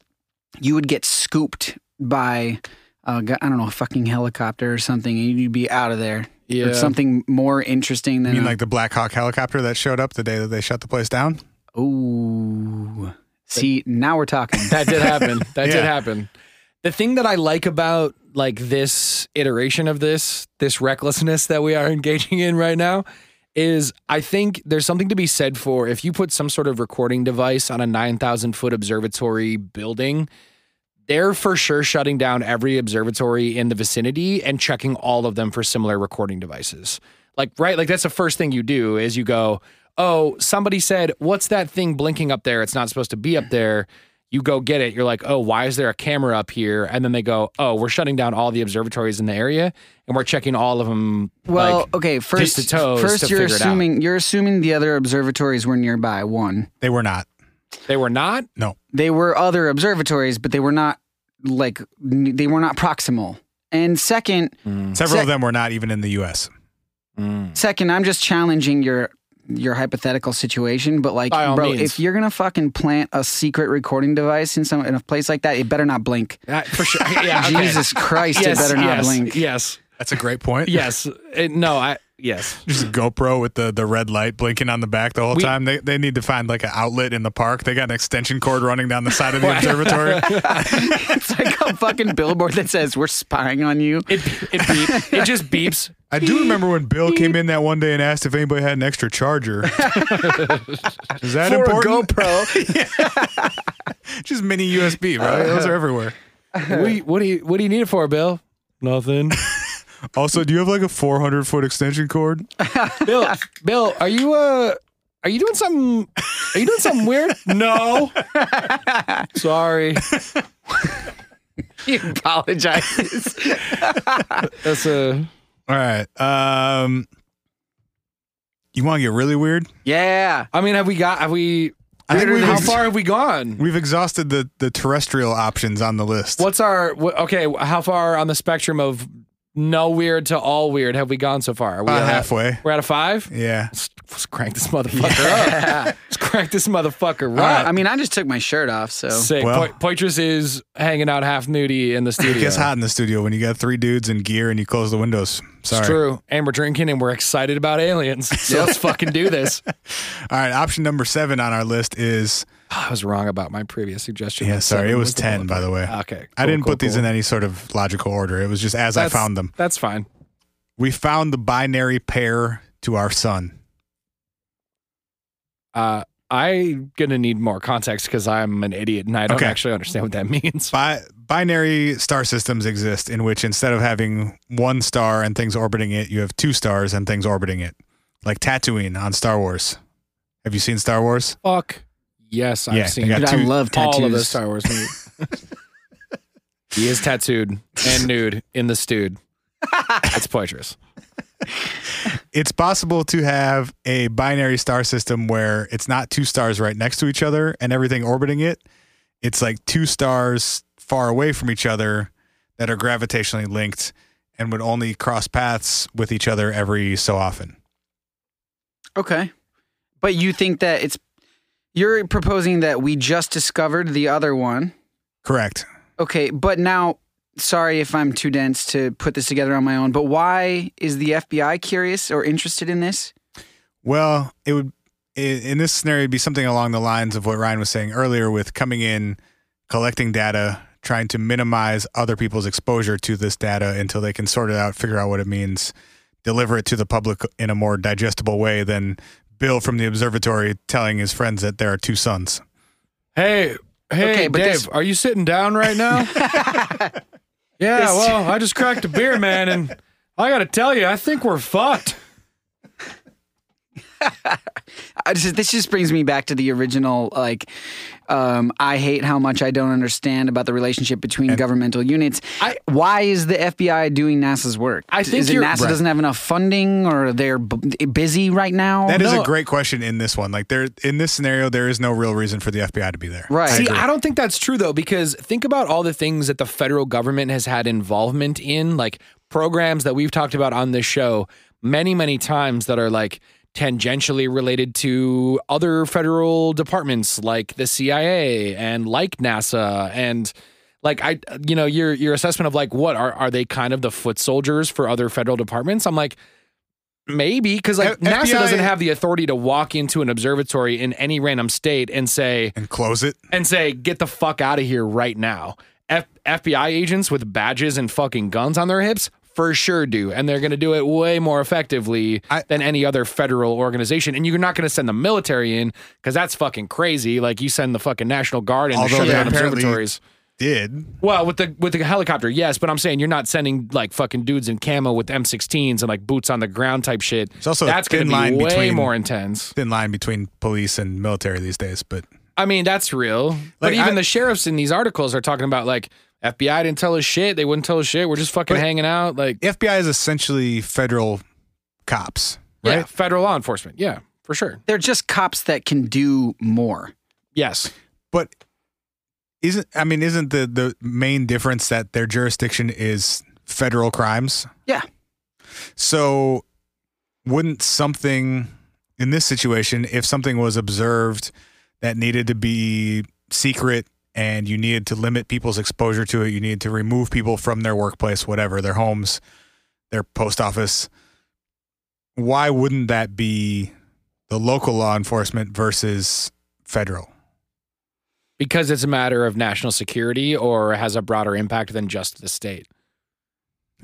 Speaker 3: you would get scooped by uh, I don't know, a fucking helicopter or something, and you'd be out of there. Or something more interesting
Speaker 1: I
Speaker 3: than
Speaker 1: mean,
Speaker 3: a-
Speaker 1: like the Black Hawk helicopter that showed up the day that they shut the place down.
Speaker 3: Ooh. See, now
Speaker 2: [laughs]
Speaker 3: we're talking.
Speaker 2: that did happen. That
Speaker 1: Yeah.
Speaker 2: did happen. The thing that I like about like this iteration of this this recklessness that we are engaging in right now is I think there's something to be said for if you put some sort of recording device on a 9,000 foot observatory building they're for sure shutting down every observatory in the vicinity and checking all of them for similar recording devices. Like, right? Like, that's the first thing you do is you go, oh, somebody said, what's that thing blinking up there? It's not supposed to be up there. You go get it. You're like, oh, why is there a camera up here? And then they go, oh, we're shutting down all the observatories in the area and we're checking all of them.
Speaker 3: well,
Speaker 2: like,
Speaker 3: okay, first,
Speaker 2: to toes
Speaker 3: first
Speaker 2: to
Speaker 3: you're
Speaker 2: figure it out.
Speaker 3: assuming you're assuming the other observatories were nearby. One.
Speaker 1: They were not.
Speaker 2: they were not.
Speaker 3: they were other observatories, but they were not like n- they were not proximal. And second,
Speaker 2: Mm.
Speaker 1: Several
Speaker 3: Sec-
Speaker 1: of them were not even in the U.S.
Speaker 3: second, I'm just challenging your your hypothetical situation, but like,
Speaker 2: By all
Speaker 3: bro,
Speaker 2: means.
Speaker 3: if you're gonna fucking plant a secret recording device in some in a place like that, it better not blink.
Speaker 2: Uh, for sure. [laughs] Yeah. okay.
Speaker 3: Jesus Christ,
Speaker 2: Yes,
Speaker 3: it better not
Speaker 2: yes,
Speaker 3: blink.
Speaker 2: Yes.
Speaker 1: That's a great point.
Speaker 2: Yes. Uh, no, I, yes.
Speaker 1: Just a GoPro with the, the red light blinking on the back the whole
Speaker 2: We-
Speaker 1: time. They, they need to find like an outlet in the park. They got an extension cord running down
Speaker 2: [laughs]
Speaker 1: the side of the observatory.
Speaker 3: It's like a fucking billboard that says we're spying on you.
Speaker 2: It it beep. It just beeps.
Speaker 1: I do remember when Bill came in that one day and asked if anybody had an
Speaker 2: [laughs]
Speaker 1: extra charger. Is that
Speaker 3: For a
Speaker 1: important?
Speaker 3: GoPro,
Speaker 1: [laughs] Just mini USB, right? Those are everywhere.
Speaker 2: [laughs] What do you, what do you what do you need it for, Bill? Nothing.
Speaker 1: Also, do you have like a 400 foot extension cord?
Speaker 2: Bill, Bill, are you uh are you doing something are you doing something weird? [laughs] No. Sorry.
Speaker 3: he apologizes.
Speaker 2: That's a
Speaker 1: All right. Um, you want to get really weird?
Speaker 3: yeah,
Speaker 2: I mean, have we got have we
Speaker 1: I think we've,
Speaker 2: how
Speaker 1: ex-
Speaker 2: far have we gone?
Speaker 1: we've exhausted the, the terrestrial options on the list.
Speaker 2: What's our wh- okay, how far on the spectrum of no weird to all weird have we gone so far? Are we
Speaker 1: About
Speaker 2: at a-
Speaker 1: halfway.
Speaker 2: We're at a 5?
Speaker 1: Yeah.
Speaker 2: Let's, let's crank this motherfucker up. Let's crank this motherfucker
Speaker 3: All
Speaker 2: up.
Speaker 3: right, Uh, I mean, I just took my shirt off, so
Speaker 2: Sick.
Speaker 1: Well-
Speaker 2: Po- Poitras is hanging out half nudie in the studio.
Speaker 1: It gets hot in the studio when you got three dudes in gear and you close the windows. Sorry.
Speaker 2: It's true. And we're drinking and we're excited about
Speaker 1: [laughs]
Speaker 2: aliens. So let's fucking do this. [sighs]
Speaker 1: All right. Option number seven on our list is
Speaker 2: I was wrong about my previous suggestion.
Speaker 1: yeah.
Speaker 2: That
Speaker 1: Sorry, it
Speaker 2: seven
Speaker 1: was
Speaker 2: the
Speaker 1: ten, by the way.
Speaker 2: one. Okay.
Speaker 1: I
Speaker 2: cool,
Speaker 1: didn't
Speaker 2: cool,
Speaker 1: put these
Speaker 2: cool.
Speaker 1: in any sort of logical order. It was just as I
Speaker 2: That's-
Speaker 1: found them.
Speaker 2: That's fine.
Speaker 1: We found the binary pair to our sun.
Speaker 2: Uh, I'm going to need more context because I'm an idiot and I don't
Speaker 1: Okay.
Speaker 2: actually understand what that [laughs] means.
Speaker 1: Bi- binary star systems exist in which instead of having one star and things orbiting it, you have two stars and things orbiting it, like Tatooine on Star Wars. Have you seen Star Wars?
Speaker 2: Fuck. Yes, I've
Speaker 1: Yeah, they
Speaker 2: seen
Speaker 1: got
Speaker 3: Dude, I
Speaker 1: two-
Speaker 3: love
Speaker 2: [laughs]
Speaker 3: tattoos.
Speaker 2: all of the Star Wars movies. He is tattooed and nude in the stewed. That's poitras.
Speaker 1: It's possible to have a binary star system where it's not two stars right next to each other and everything orbiting it. It's like two stars far away from each other that are gravitationally linked and would only cross paths with each other every so often.
Speaker 3: Okay. But you think that it's you're proposing that we just discovered the other one.
Speaker 1: Correct.
Speaker 3: Okay, but now sorry if I'm too dense to put this together on my own, but why is the FBI curious or interested in this?
Speaker 1: Well, it would i- in this scenario it'd be something along the lines of what Ryan was saying earlier with coming in, collecting data, trying to minimize other people's exposure to this data until they can sort it out, figure out what it means, deliver it to the public in a more digestible way than Bill from the observatory telling his friends that there are two suns.
Speaker 2: Hey, hey,
Speaker 3: Okay, but
Speaker 2: Dave,
Speaker 3: this-
Speaker 2: are you sitting down right
Speaker 3: [laughs]
Speaker 2: now? yeah,
Speaker 3: This-
Speaker 2: well, I just cracked a beer, man, and I gotta tell you, I think we're fucked.
Speaker 3: I just, this just brings me back to the original like um, I hate how much I don't understand about the relationship between governmental units.
Speaker 2: I-
Speaker 3: Why is the FBI doing NASA's work?
Speaker 2: I think
Speaker 3: is it
Speaker 2: you're-
Speaker 3: NASA
Speaker 1: Right.
Speaker 3: doesn't have enough funding or they're b- busy right now?
Speaker 1: That is
Speaker 2: no.
Speaker 1: a great question in this one. Like there in this scenario there is no real reason for the FBI to be there.
Speaker 3: right.
Speaker 2: See, I don't think that's true though, because think about all the things that the federal government has had involvement in, like programs that we've talked about on this show many, many times that are like tangentially related to other federal departments like the CIA and like NASA and like I you know your your assessment of like what are are they kind of the foot soldiers for other federal departments? I'm like maybe cuz like
Speaker 1: F-
Speaker 2: NASA doesn't
Speaker 1: FBI
Speaker 2: have the authority to walk into an observatory in any random state and say
Speaker 1: And close it.
Speaker 2: and say, get the fuck out of here right now. F- FBI agents with badges and fucking guns on their hips for sure do. And they're going to do it way more effectively
Speaker 1: I-
Speaker 2: than any other federal organization. And you're not going to send the military in because that's fucking crazy. Like you send the fucking National Guard and
Speaker 1: Although
Speaker 2: shut
Speaker 1: they
Speaker 2: down
Speaker 1: apparently-
Speaker 2: observatories.
Speaker 1: Did.
Speaker 2: Well, with the with the helicopter, yes, but I'm saying you're not sending like fucking dudes in camo with M16s and like boots on the ground type shit.
Speaker 1: It's also a
Speaker 2: that's going
Speaker 1: thin
Speaker 2: to be
Speaker 1: line
Speaker 2: way
Speaker 1: between-
Speaker 2: more intense.
Speaker 1: Thin line between police and military these days, but
Speaker 2: I mean, that's real. but
Speaker 1: Like,
Speaker 2: even
Speaker 1: I-
Speaker 2: the sheriffs in these articles are talking about like FBI didn't tell us shit. They wouldn't tell us shit. We're just fucking
Speaker 1: But-
Speaker 2: hanging out. Like
Speaker 1: FBI is essentially federal cops,
Speaker 2: yeah,
Speaker 1: right?
Speaker 2: federal law enforcement. Yeah, for sure.
Speaker 3: they're just cops that can do more.
Speaker 2: Yes.
Speaker 1: But isn't I mean isn't the the main difference that their jurisdiction is federal crimes?
Speaker 3: Yeah.
Speaker 1: So wouldn't something in this situation if something was observed that needed to be secret and you needed to limit people's exposure to it, you needed to remove people from their workplace, whatever, their homes, their post office, why wouldn't that be the local law enforcement versus federal?
Speaker 2: Because it's a matter of national security or has a broader impact than just the state.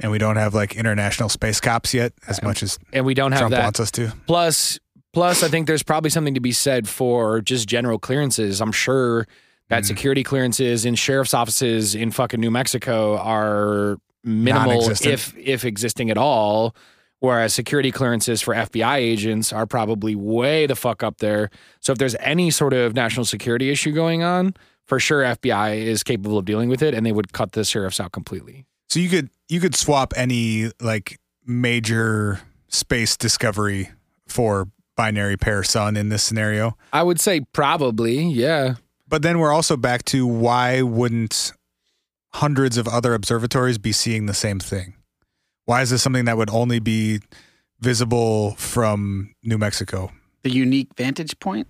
Speaker 1: and we don't have like international space cops yet as much as
Speaker 2: And we don't have
Speaker 1: Trump
Speaker 2: that.
Speaker 1: wants us to.
Speaker 2: Plus, plus, I think there's probably something to be said for just general clearances. I'm sure that
Speaker 1: Mm.
Speaker 2: security clearances in sheriff's offices in fucking New Mexico are minimal,
Speaker 1: Non-existent.
Speaker 2: if if existing at all. Whereas security clearances for FBI agents are probably way the fuck up there. So if there's any sort of national security issue going on, for sure FBI is capable of dealing with it, and they would cut the sheriffs out completely.
Speaker 1: So you could you could swap any like major space discovery for binary pair sun in this scenario.
Speaker 2: I would say probably, yeah.
Speaker 1: But then we're also back to why wouldn't hundreds of other observatories be seeing the same thing? Why is this something that would only be visible from New Mexico?
Speaker 3: The unique vantage point.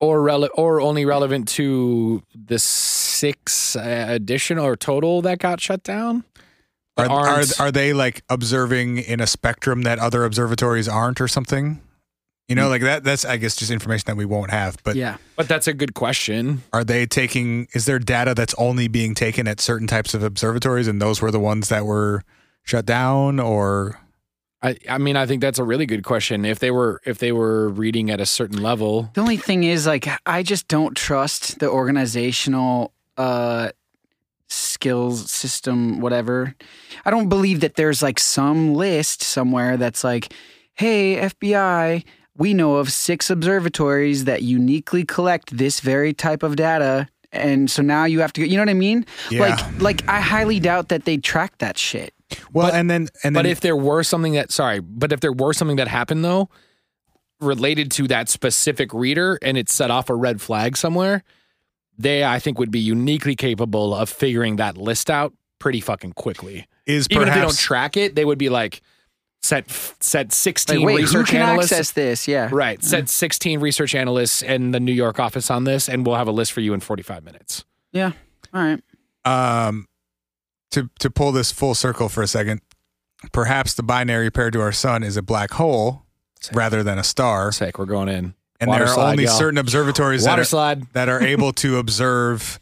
Speaker 2: or rele- or only relevant to the six uh, additional or total that got shut down.
Speaker 1: Are,
Speaker 2: That
Speaker 1: are
Speaker 2: aren't-
Speaker 1: are they like observing in a spectrum that other observatories aren't or something? You
Speaker 2: Mm.
Speaker 1: know, like that that's I guess just information that we won't have, but
Speaker 3: yeah.
Speaker 2: but that's a good question.
Speaker 1: are they taking is there data that's only being taken at certain types of observatories and those were the ones that were shut down or
Speaker 2: I, I mean I think that's a really good question. If they were if they were reading at a certain level,
Speaker 3: The only thing is, like, I just don't trust the organizational uh, skills system, whatever. I don't believe that there's like some list somewhere that's like, hey, FBI, we know of six observatories that uniquely collect this very type of data. and so now you have to go. You know what I mean?
Speaker 1: Yeah.
Speaker 3: Like, like I highly doubt that they track that shit.
Speaker 1: Well, and then and
Speaker 2: But
Speaker 1: then
Speaker 2: if there were something that sorry, but if there were something that happened though, related to that specific reader and it set off a red flag somewhere, they I think would be uniquely capable of figuring that list out pretty fucking quickly.
Speaker 1: is
Speaker 2: Even if they don't
Speaker 1: perhaps
Speaker 2: track it, they would be like set set
Speaker 3: Like,
Speaker 2: sixteen
Speaker 3: wait, who
Speaker 2: research
Speaker 3: can
Speaker 2: analysts.
Speaker 3: access this? Yeah.
Speaker 2: [laughs] Right. Set sixteen research analysts and the New York office on this, and we'll have a list for you in forty five minutes.
Speaker 3: Yeah. All right. [laughs]
Speaker 1: um to to pull this full circle for a second, perhaps the binary pair to our sun is a black hole rather than a star,
Speaker 2: Sick, we're going in.
Speaker 1: and
Speaker 2: Water
Speaker 1: there are
Speaker 2: slide,
Speaker 1: only
Speaker 2: y'all.
Speaker 1: certain observatories that
Speaker 2: Water
Speaker 1: are,
Speaker 2: slide.
Speaker 1: that are able to observe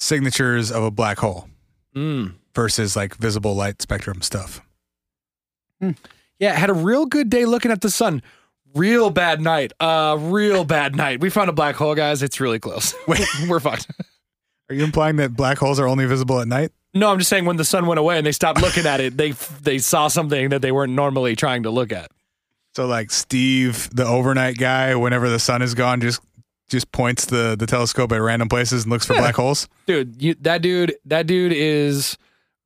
Speaker 1: signatures of a black hole
Speaker 2: Mm.
Speaker 1: versus like visible light spectrum stuff.
Speaker 2: Yeah, had a real good day looking at the sun. Real bad night. Uh, real bad night. We found a black hole, guys. It's really close. [laughs] We're fucked.
Speaker 1: Are you implying that black holes are only visible at night?
Speaker 2: No, I'm just saying when the sun went away and they stopped looking at it, they they saw something that they weren't normally trying to look at.
Speaker 1: So like Steve, the overnight guy, whenever the sun is gone, just just points the the telescope at random places and looks for black holes.
Speaker 2: Dude, you, that dude, that dude is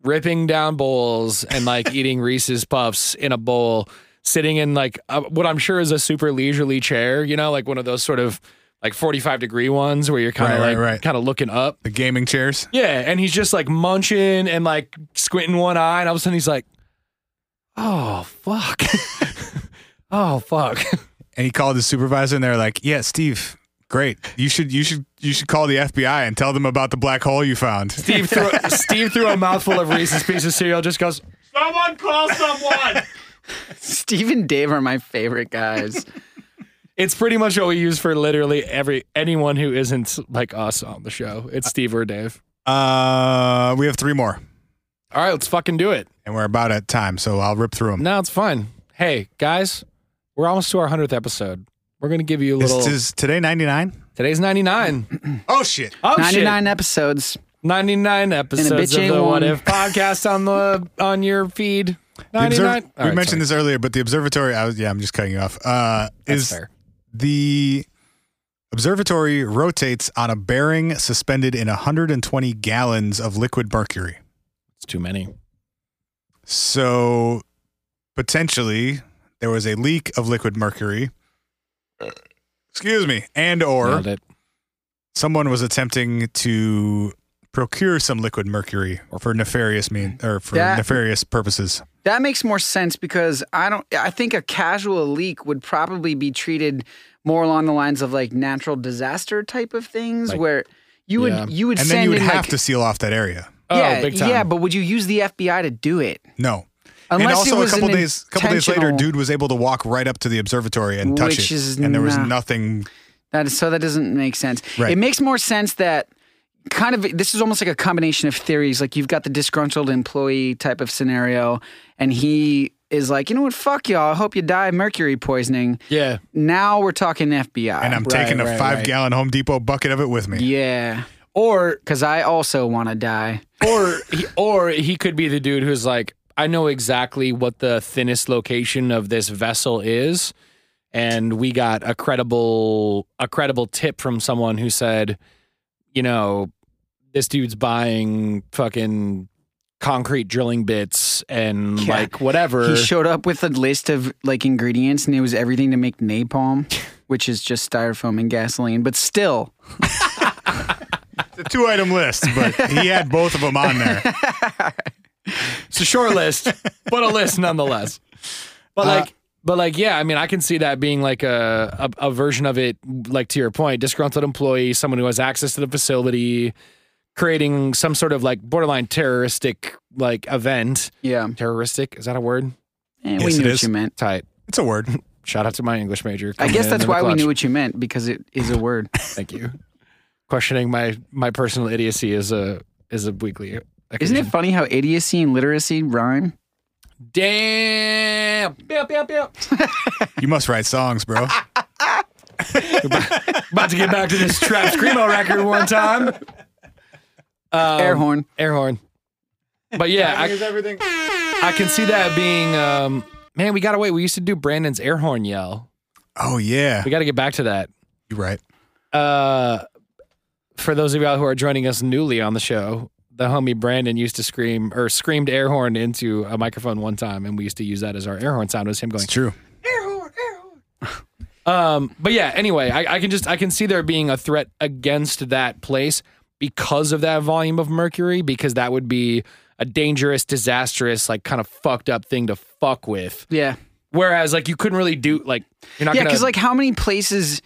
Speaker 2: ripping down bowls and
Speaker 1: [laughs]
Speaker 2: like eating Reese's puffs in a bowl, sitting in like uh, what I'm sure is a super leisurely chair. You know, like one of those sort of like 45 degree ones where you're kind of
Speaker 1: Right,
Speaker 2: like
Speaker 1: right, right.
Speaker 2: kind of looking up.
Speaker 1: The gaming chairs.
Speaker 2: Yeah, and he's just like munching and like squinting one eye, and all of a sudden he's like, "Oh fuck, [laughs] oh
Speaker 1: [laughs]
Speaker 2: fuck."
Speaker 1: And he called his supervisor and they're like, Yeah, Steve, great. You should you should you should call the FBI and tell them about the black hole you found.
Speaker 2: Steve threw Steve threw a mouthful of Reese's Pieces cereal, just goes,
Speaker 6: Someone call someone.
Speaker 3: Steve and Dave are my favorite guys.
Speaker 2: "It's pretty much what we use for literally every anyone who isn't like us on the show. It's Steve or Dave."
Speaker 1: Uh we have three more.
Speaker 2: All right, let's fucking do it.
Speaker 1: And we're about at time, so I'll rip through them.
Speaker 2: No, it's fine. Hey guys, we're almost to our hundredth episode. We're gonna give you a
Speaker 1: Is,
Speaker 2: little.
Speaker 1: is today 99?
Speaker 2: today's ninety nine.
Speaker 1: Oh shit.
Speaker 2: Oh
Speaker 3: Ninety
Speaker 2: shit.
Speaker 3: nine episodes.
Speaker 2: 99 episodes
Speaker 3: bitch
Speaker 2: of
Speaker 3: ain't
Speaker 2: the What
Speaker 3: one.
Speaker 2: If podcast on the on your feed.
Speaker 1: The observ-
Speaker 2: 99.
Speaker 1: we mentioned this earlier, but the observatory I was, yeah, I'm just cutting you off. Uh is the observatory rotates on a bearing suspended in 120 gallons of liquid mercury.
Speaker 2: It's too many.
Speaker 1: So potentially there was a leak of liquid mercury. Excuse me, and or
Speaker 2: Nailed it.
Speaker 1: someone was attempting to procure some liquid mercury for nefarious mean or for
Speaker 3: That-
Speaker 1: nefarious purposes.
Speaker 3: That makes more sense because I don't. I think a casual leak would probably be treated more along the lines of like natural disaster type of things,
Speaker 2: Like-
Speaker 3: where you would
Speaker 2: Yeah.
Speaker 3: you would
Speaker 1: And
Speaker 3: send
Speaker 1: then you would
Speaker 3: in
Speaker 1: have
Speaker 3: like,
Speaker 1: to seal off that area.
Speaker 2: Oh,
Speaker 3: yeah,
Speaker 2: big time.
Speaker 3: yeah, but would you use the FBI to do it?
Speaker 1: No. and
Speaker 3: Unless it
Speaker 1: also
Speaker 3: was
Speaker 1: a couple
Speaker 3: an
Speaker 1: days couple days later,
Speaker 3: intentional-
Speaker 1: dude was able to walk right up to the observatory and touch
Speaker 3: Which
Speaker 1: it.
Speaker 3: is
Speaker 1: and there was
Speaker 3: not-
Speaker 1: nothing
Speaker 3: That is, so that doesn't make sense.
Speaker 1: Right.
Speaker 3: It makes more sense that kind of this is almost like a combination of theories. Like you've got the disgruntled employee type of scenario, and he is like, you know what, fuck y'all. I hope you die of mercury poisoning.
Speaker 2: yeah.
Speaker 3: Now we're talking FBI.
Speaker 1: and I'm
Speaker 2: Right,
Speaker 1: taking a
Speaker 2: right,
Speaker 1: five
Speaker 2: right.
Speaker 1: gallon Home Depot bucket of it with me.
Speaker 3: yeah,
Speaker 2: Or
Speaker 3: because I also want to die.
Speaker 2: or he, or he could be the dude who's like, I know exactly what the thinnest location of this vessel is, and we got a credible a credible tip from someone who said, you know, this dude's buying fucking concrete drilling bits and
Speaker 3: Yeah.
Speaker 2: like whatever.
Speaker 3: He showed up with a list of like ingredients, and it was everything to make [laughs] napalm, which is just styrofoam and gasoline. But still,
Speaker 1: It's a two item list,
Speaker 3: [laughs]
Speaker 1: but he had both of them on there.
Speaker 2: It's a short [laughs] list, but a list nonetheless. But like, but like, yeah, I mean, I can see that being like a, a a version of it, like to your point, disgruntled employee, someone who has access to the facility, creating some sort of like borderline terroristic like event.
Speaker 3: yeah,
Speaker 2: Terroristic is that a word?
Speaker 3: Eh,
Speaker 1: Yes,
Speaker 3: we
Speaker 1: it
Speaker 3: knew what
Speaker 1: is.
Speaker 3: you meant.
Speaker 2: Tight.
Speaker 1: It's a word.
Speaker 2: Shout out to my English major.
Speaker 3: I
Speaker 2: coming
Speaker 3: guess
Speaker 2: in
Speaker 3: that's
Speaker 2: in the
Speaker 3: why we
Speaker 2: clutch.
Speaker 3: knew what you meant because it is a word.
Speaker 2: [laughs] Thank you. Questioning my my personal idiocy is a is a weekly.
Speaker 3: Isn't
Speaker 2: occasion.
Speaker 3: it funny how idiocy and literacy rhyme?
Speaker 2: Damn. Bip, bip, bip.
Speaker 1: You must write songs, bro.
Speaker 2: About to get back to this trap screamo record one time. Um,
Speaker 3: Air horn.
Speaker 2: Air horn. But yeah, I,
Speaker 1: everything.
Speaker 2: I can see that being. Um, man, we got away. We used to do Brandon's air horn yell.
Speaker 1: Oh yeah,
Speaker 2: We got to get back to that.
Speaker 1: you're right.
Speaker 2: Uh, for those of y'all who are joining us newly on the show, the homie Brandon used to scream or screamed air horn into a microphone one time, and we used to use that as our air horn sound. It was him going
Speaker 1: It's true.
Speaker 2: um, but yeah, anyway, I, I can just I can see there being a threat against that place because of that volume of mercury, because that would be a dangerous, disastrous, like kind of fucked up thing to fuck with.
Speaker 3: Yeah.
Speaker 2: Whereas like you couldn't really do like you're not
Speaker 3: yeah,
Speaker 2: gonna
Speaker 3: because like how many places?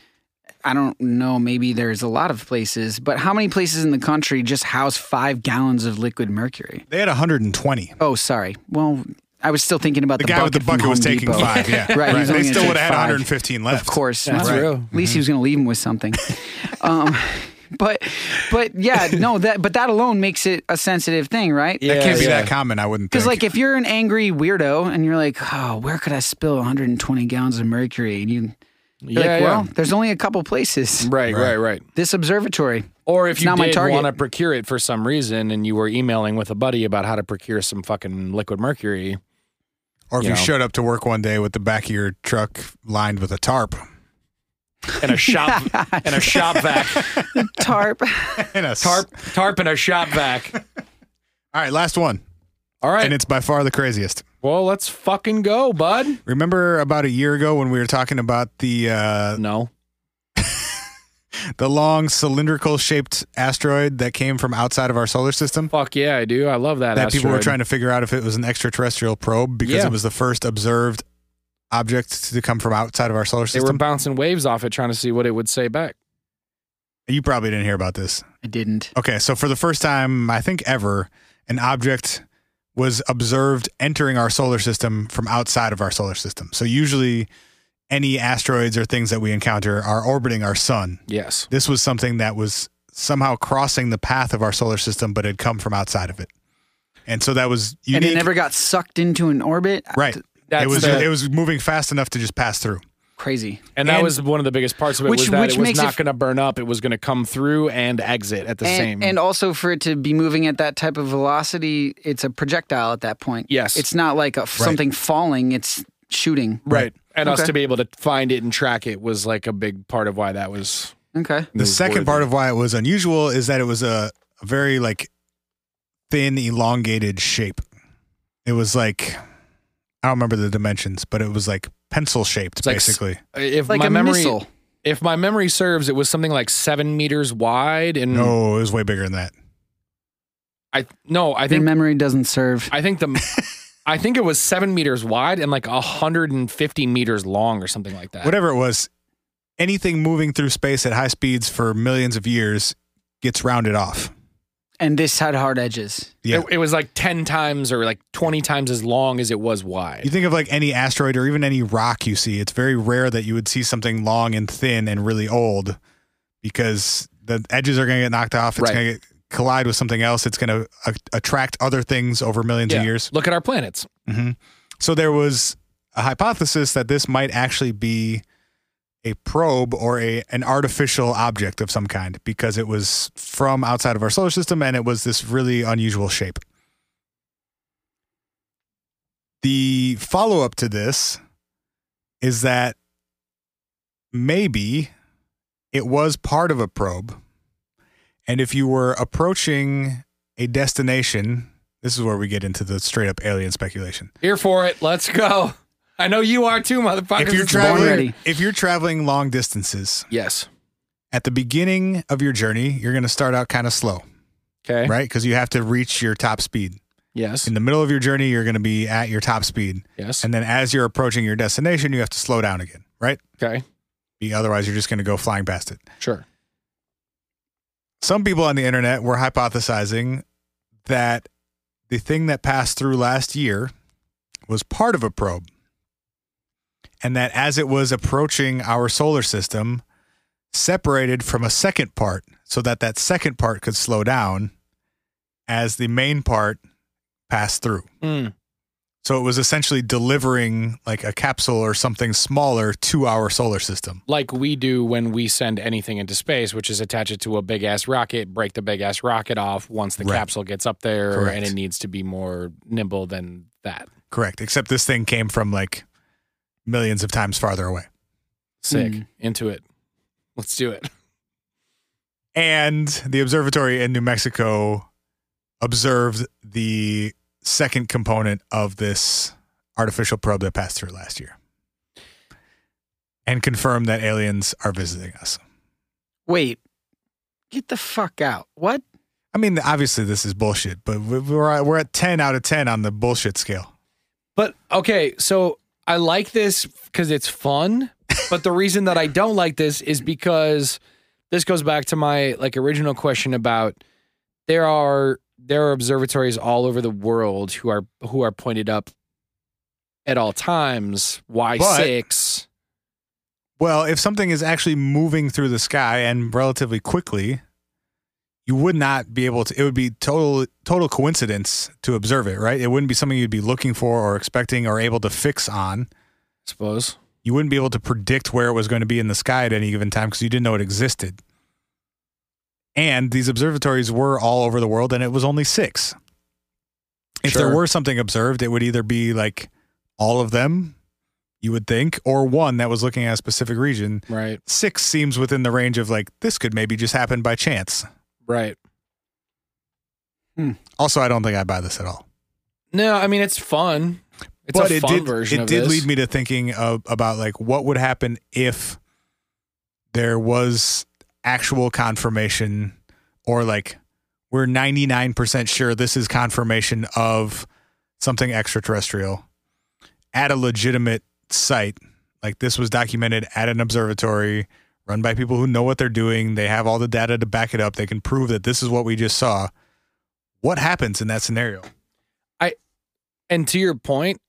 Speaker 3: I don't know. Maybe there's a lot of places, but how many places in the country just house five gallons of liquid mercury?
Speaker 1: They had 120.
Speaker 3: Oh, sorry. Well, I was still thinking about
Speaker 1: The,
Speaker 3: the,
Speaker 1: guy with the
Speaker 3: from
Speaker 1: bucket was
Speaker 3: Home
Speaker 1: taking
Speaker 3: Depot.
Speaker 1: five. Yeah,
Speaker 3: Right, he was only
Speaker 1: They
Speaker 3: gonna
Speaker 1: still
Speaker 3: take
Speaker 1: would have had
Speaker 3: five.
Speaker 1: 115 left.
Speaker 3: [laughs] Of course,
Speaker 2: That's
Speaker 3: Right.
Speaker 2: real. Mm-hmm.
Speaker 3: At least he was going to leave him with something. um, [laughs] but, but yeah, no, that but that alone makes it a sensitive thing, right?
Speaker 1: That
Speaker 2: Yeah,
Speaker 1: can't be
Speaker 2: yeah.
Speaker 1: that common. I wouldn't think.
Speaker 3: Because like if you're an angry weirdo and you're like, oh, where could I spill 120 gallons of mercury? And you,
Speaker 2: yeah,
Speaker 3: you're
Speaker 2: yeah.
Speaker 3: like, well, there's only a couple places.
Speaker 2: right, right,
Speaker 1: Right.
Speaker 2: right.
Speaker 3: This observatory.
Speaker 2: Or if
Speaker 3: It's
Speaker 2: you
Speaker 3: not my
Speaker 2: did
Speaker 3: target.
Speaker 2: want to procure it for some reason, and you were emailing with a buddy about how to procure some fucking liquid mercury,
Speaker 1: or if
Speaker 2: you
Speaker 1: you,
Speaker 2: know.
Speaker 1: showed up to work one day with the back of your truck lined with a
Speaker 3: [laughs]
Speaker 1: tarp
Speaker 2: and a shop and a shop vac,
Speaker 1: [laughs]
Speaker 3: Tarp.
Speaker 1: and a s-
Speaker 2: tarp, tarp, and a shop vac.
Speaker 1: All right, last one,
Speaker 2: All right,
Speaker 1: and it's by far the craziest.
Speaker 2: well, let's fucking go, bud.
Speaker 1: Remember about a year ago when we were talking about the uh,
Speaker 2: No.
Speaker 1: the long cylindrical shaped asteroid that came from outside of our solar system?
Speaker 2: Fuck yeah, I do. I love that.
Speaker 1: That people were
Speaker 2: asteroid.
Speaker 1: trying to figure out if it was an extraterrestrial probe because
Speaker 2: Yeah.
Speaker 1: it was the first observed object to come from outside of our solar
Speaker 2: They were
Speaker 1: system.
Speaker 2: bouncing waves off it, trying to see what it would say back.
Speaker 1: you probably didn't hear about this.
Speaker 3: I didn't.
Speaker 1: Okay, so for the first time, I think ever, an object was observed entering our solar system from outside of our solar system. So usually, any asteroids or things that we encounter are orbiting our sun.
Speaker 2: Yes.
Speaker 1: This was something that was somehow crossing the path of our solar system, but had come from outside of it. And so that was unique.
Speaker 3: And it never got sucked into an orbit.
Speaker 1: right.
Speaker 2: That's
Speaker 1: it was
Speaker 2: the-
Speaker 1: it was moving fast enough to just pass through.
Speaker 3: Crazy.
Speaker 2: and that
Speaker 1: and-
Speaker 2: was one of the biggest parts of it
Speaker 3: Which-
Speaker 2: was that
Speaker 3: which
Speaker 2: it was
Speaker 3: makes it
Speaker 2: not
Speaker 3: f-
Speaker 2: going to burn up. It was going to come through and exit at the
Speaker 3: and,
Speaker 2: same.
Speaker 3: and also for it to be moving at that type of velocity, it's a projectile at that point.
Speaker 2: Yes.
Speaker 3: It's not like a, something falling, it's shooting.
Speaker 2: right. And us
Speaker 3: Okay.
Speaker 2: to be able to find it and track it was like a big part of why that was.
Speaker 3: Okay.
Speaker 1: The second part of why it was unusual is that it was a, a very like thin, elongated shape. It was like I don't remember the dimensions, but it was like pencil shaped,
Speaker 2: It's like s-
Speaker 1: basically.
Speaker 2: if
Speaker 3: Like
Speaker 2: my
Speaker 3: a
Speaker 2: memory,
Speaker 3: missile.
Speaker 2: if my memory serves, it was something like seven meters wide. And
Speaker 1: No, it was way bigger than that.
Speaker 2: I no, I
Speaker 3: Your
Speaker 2: think
Speaker 3: memory doesn't serve.
Speaker 2: I think the. I think it was seven meters wide and like 150 meters long or something like that.
Speaker 1: Whatever it was, anything moving through space at high speeds for millions of years gets rounded off.
Speaker 3: and this had hard edges.
Speaker 1: Yeah.
Speaker 2: It, it was like 10 times or like 20 times as long as it was wide.
Speaker 1: You think of like any asteroid or even any rock you see, it's very rare that you would see something long and thin and really old because the edges are going to get knocked off. It's
Speaker 2: Right.
Speaker 1: going to get collide with something else. It's going to a- attract other things over millions
Speaker 2: Yeah.
Speaker 1: of years.
Speaker 2: Look at our planets.
Speaker 1: Mm-hmm. So there was a hypothesis that this might actually be a probe or a an artificial object of some kind because it was from outside of our solar system and it was this really unusual shape. The follow up to this is that maybe it was part of a probe. And if you were approaching a destination, this is where we get into the straight up alien speculation
Speaker 2: Here for it. Let's go. I know you are too, motherfuckers.
Speaker 1: if you're
Speaker 2: It's
Speaker 3: born
Speaker 1: traveling
Speaker 3: ready.
Speaker 1: if you're traveling long distances
Speaker 2: Yes.
Speaker 1: at the beginning of your journey you're going to start out kind of slow
Speaker 2: Okay.
Speaker 1: right because you have to reach your top speed
Speaker 2: Yes.
Speaker 1: in the middle of your journey you're going to be at your top speed
Speaker 2: Yes.
Speaker 1: and then as you're approaching your destination you have to slow down again right
Speaker 2: Okay.
Speaker 1: Be- otherwise you're just going to go flying past it
Speaker 2: Sure.
Speaker 1: some people on the internet were hypothesizing that the thing that passed through last year was part of a probe. And that as it was approaching our solar system, separated from a second part so that that second part could slow down as the main part passed through.
Speaker 2: Mm.
Speaker 1: So it was essentially delivering like a capsule or something smaller to our solar system.
Speaker 2: Like we do when we send anything into space, which is attach it to a big ass rocket, break the big ass rocket off once the
Speaker 1: Right.
Speaker 2: capsule gets up there,
Speaker 1: Correct.
Speaker 2: and it needs to be more nimble than that.
Speaker 1: Correct. Except this thing came from like millions of times farther away.
Speaker 2: Sick.
Speaker 3: Mm.
Speaker 2: Into it. Let's do it.
Speaker 1: And the observatory in New Mexico observed the second component of this artificial probe that passed through last year and confirmed that aliens are visiting us.
Speaker 3: Wait, get the fuck out. What?
Speaker 1: I mean, obviously this is bullshit, but we- we're at, we're at 10 out of 10 on the bullshit scale.
Speaker 2: But okay, so I like this because it's fun. But the reason that I don't like this is because this goes back to my like original question about there are there are observatories all over the world who are who are pointed up at all times. Why
Speaker 1: But-
Speaker 2: six?
Speaker 1: Well, if something is actually moving through the sky and relatively quickly, you would not be able to it would be total total coincidence to observe it, right? It wouldn't be something you'd be looking for or expecting or able to fix on.
Speaker 2: I suppose.
Speaker 1: You wouldn't be able to predict where it was going to be in the sky at any given time because you didn't know it existed. And these observatories were all over the world and it was only 6. If there
Speaker 2: Sure.
Speaker 1: were something observed, it would either be like all of them, you would think, or one that was looking at a specific region
Speaker 2: Right.
Speaker 1: six seems within the range of like this could maybe just happen by chance.
Speaker 2: Right.
Speaker 1: Also, I don't think I buy this at all.
Speaker 2: No, I mean it's fun. It's
Speaker 1: but
Speaker 2: a
Speaker 1: it
Speaker 2: fun
Speaker 1: did
Speaker 2: version
Speaker 1: it
Speaker 2: of
Speaker 1: did
Speaker 2: this.
Speaker 1: lead me to thinking of, about like what would happen if there was actual confirmation or like we're 99% sure this is confirmation of something extraterrestrial at a legitimate site like this was documented at an observatory run by people who know what they're doing they have all the data to back it up they can prove that this is what we just saw what happens in that scenario
Speaker 2: and to your point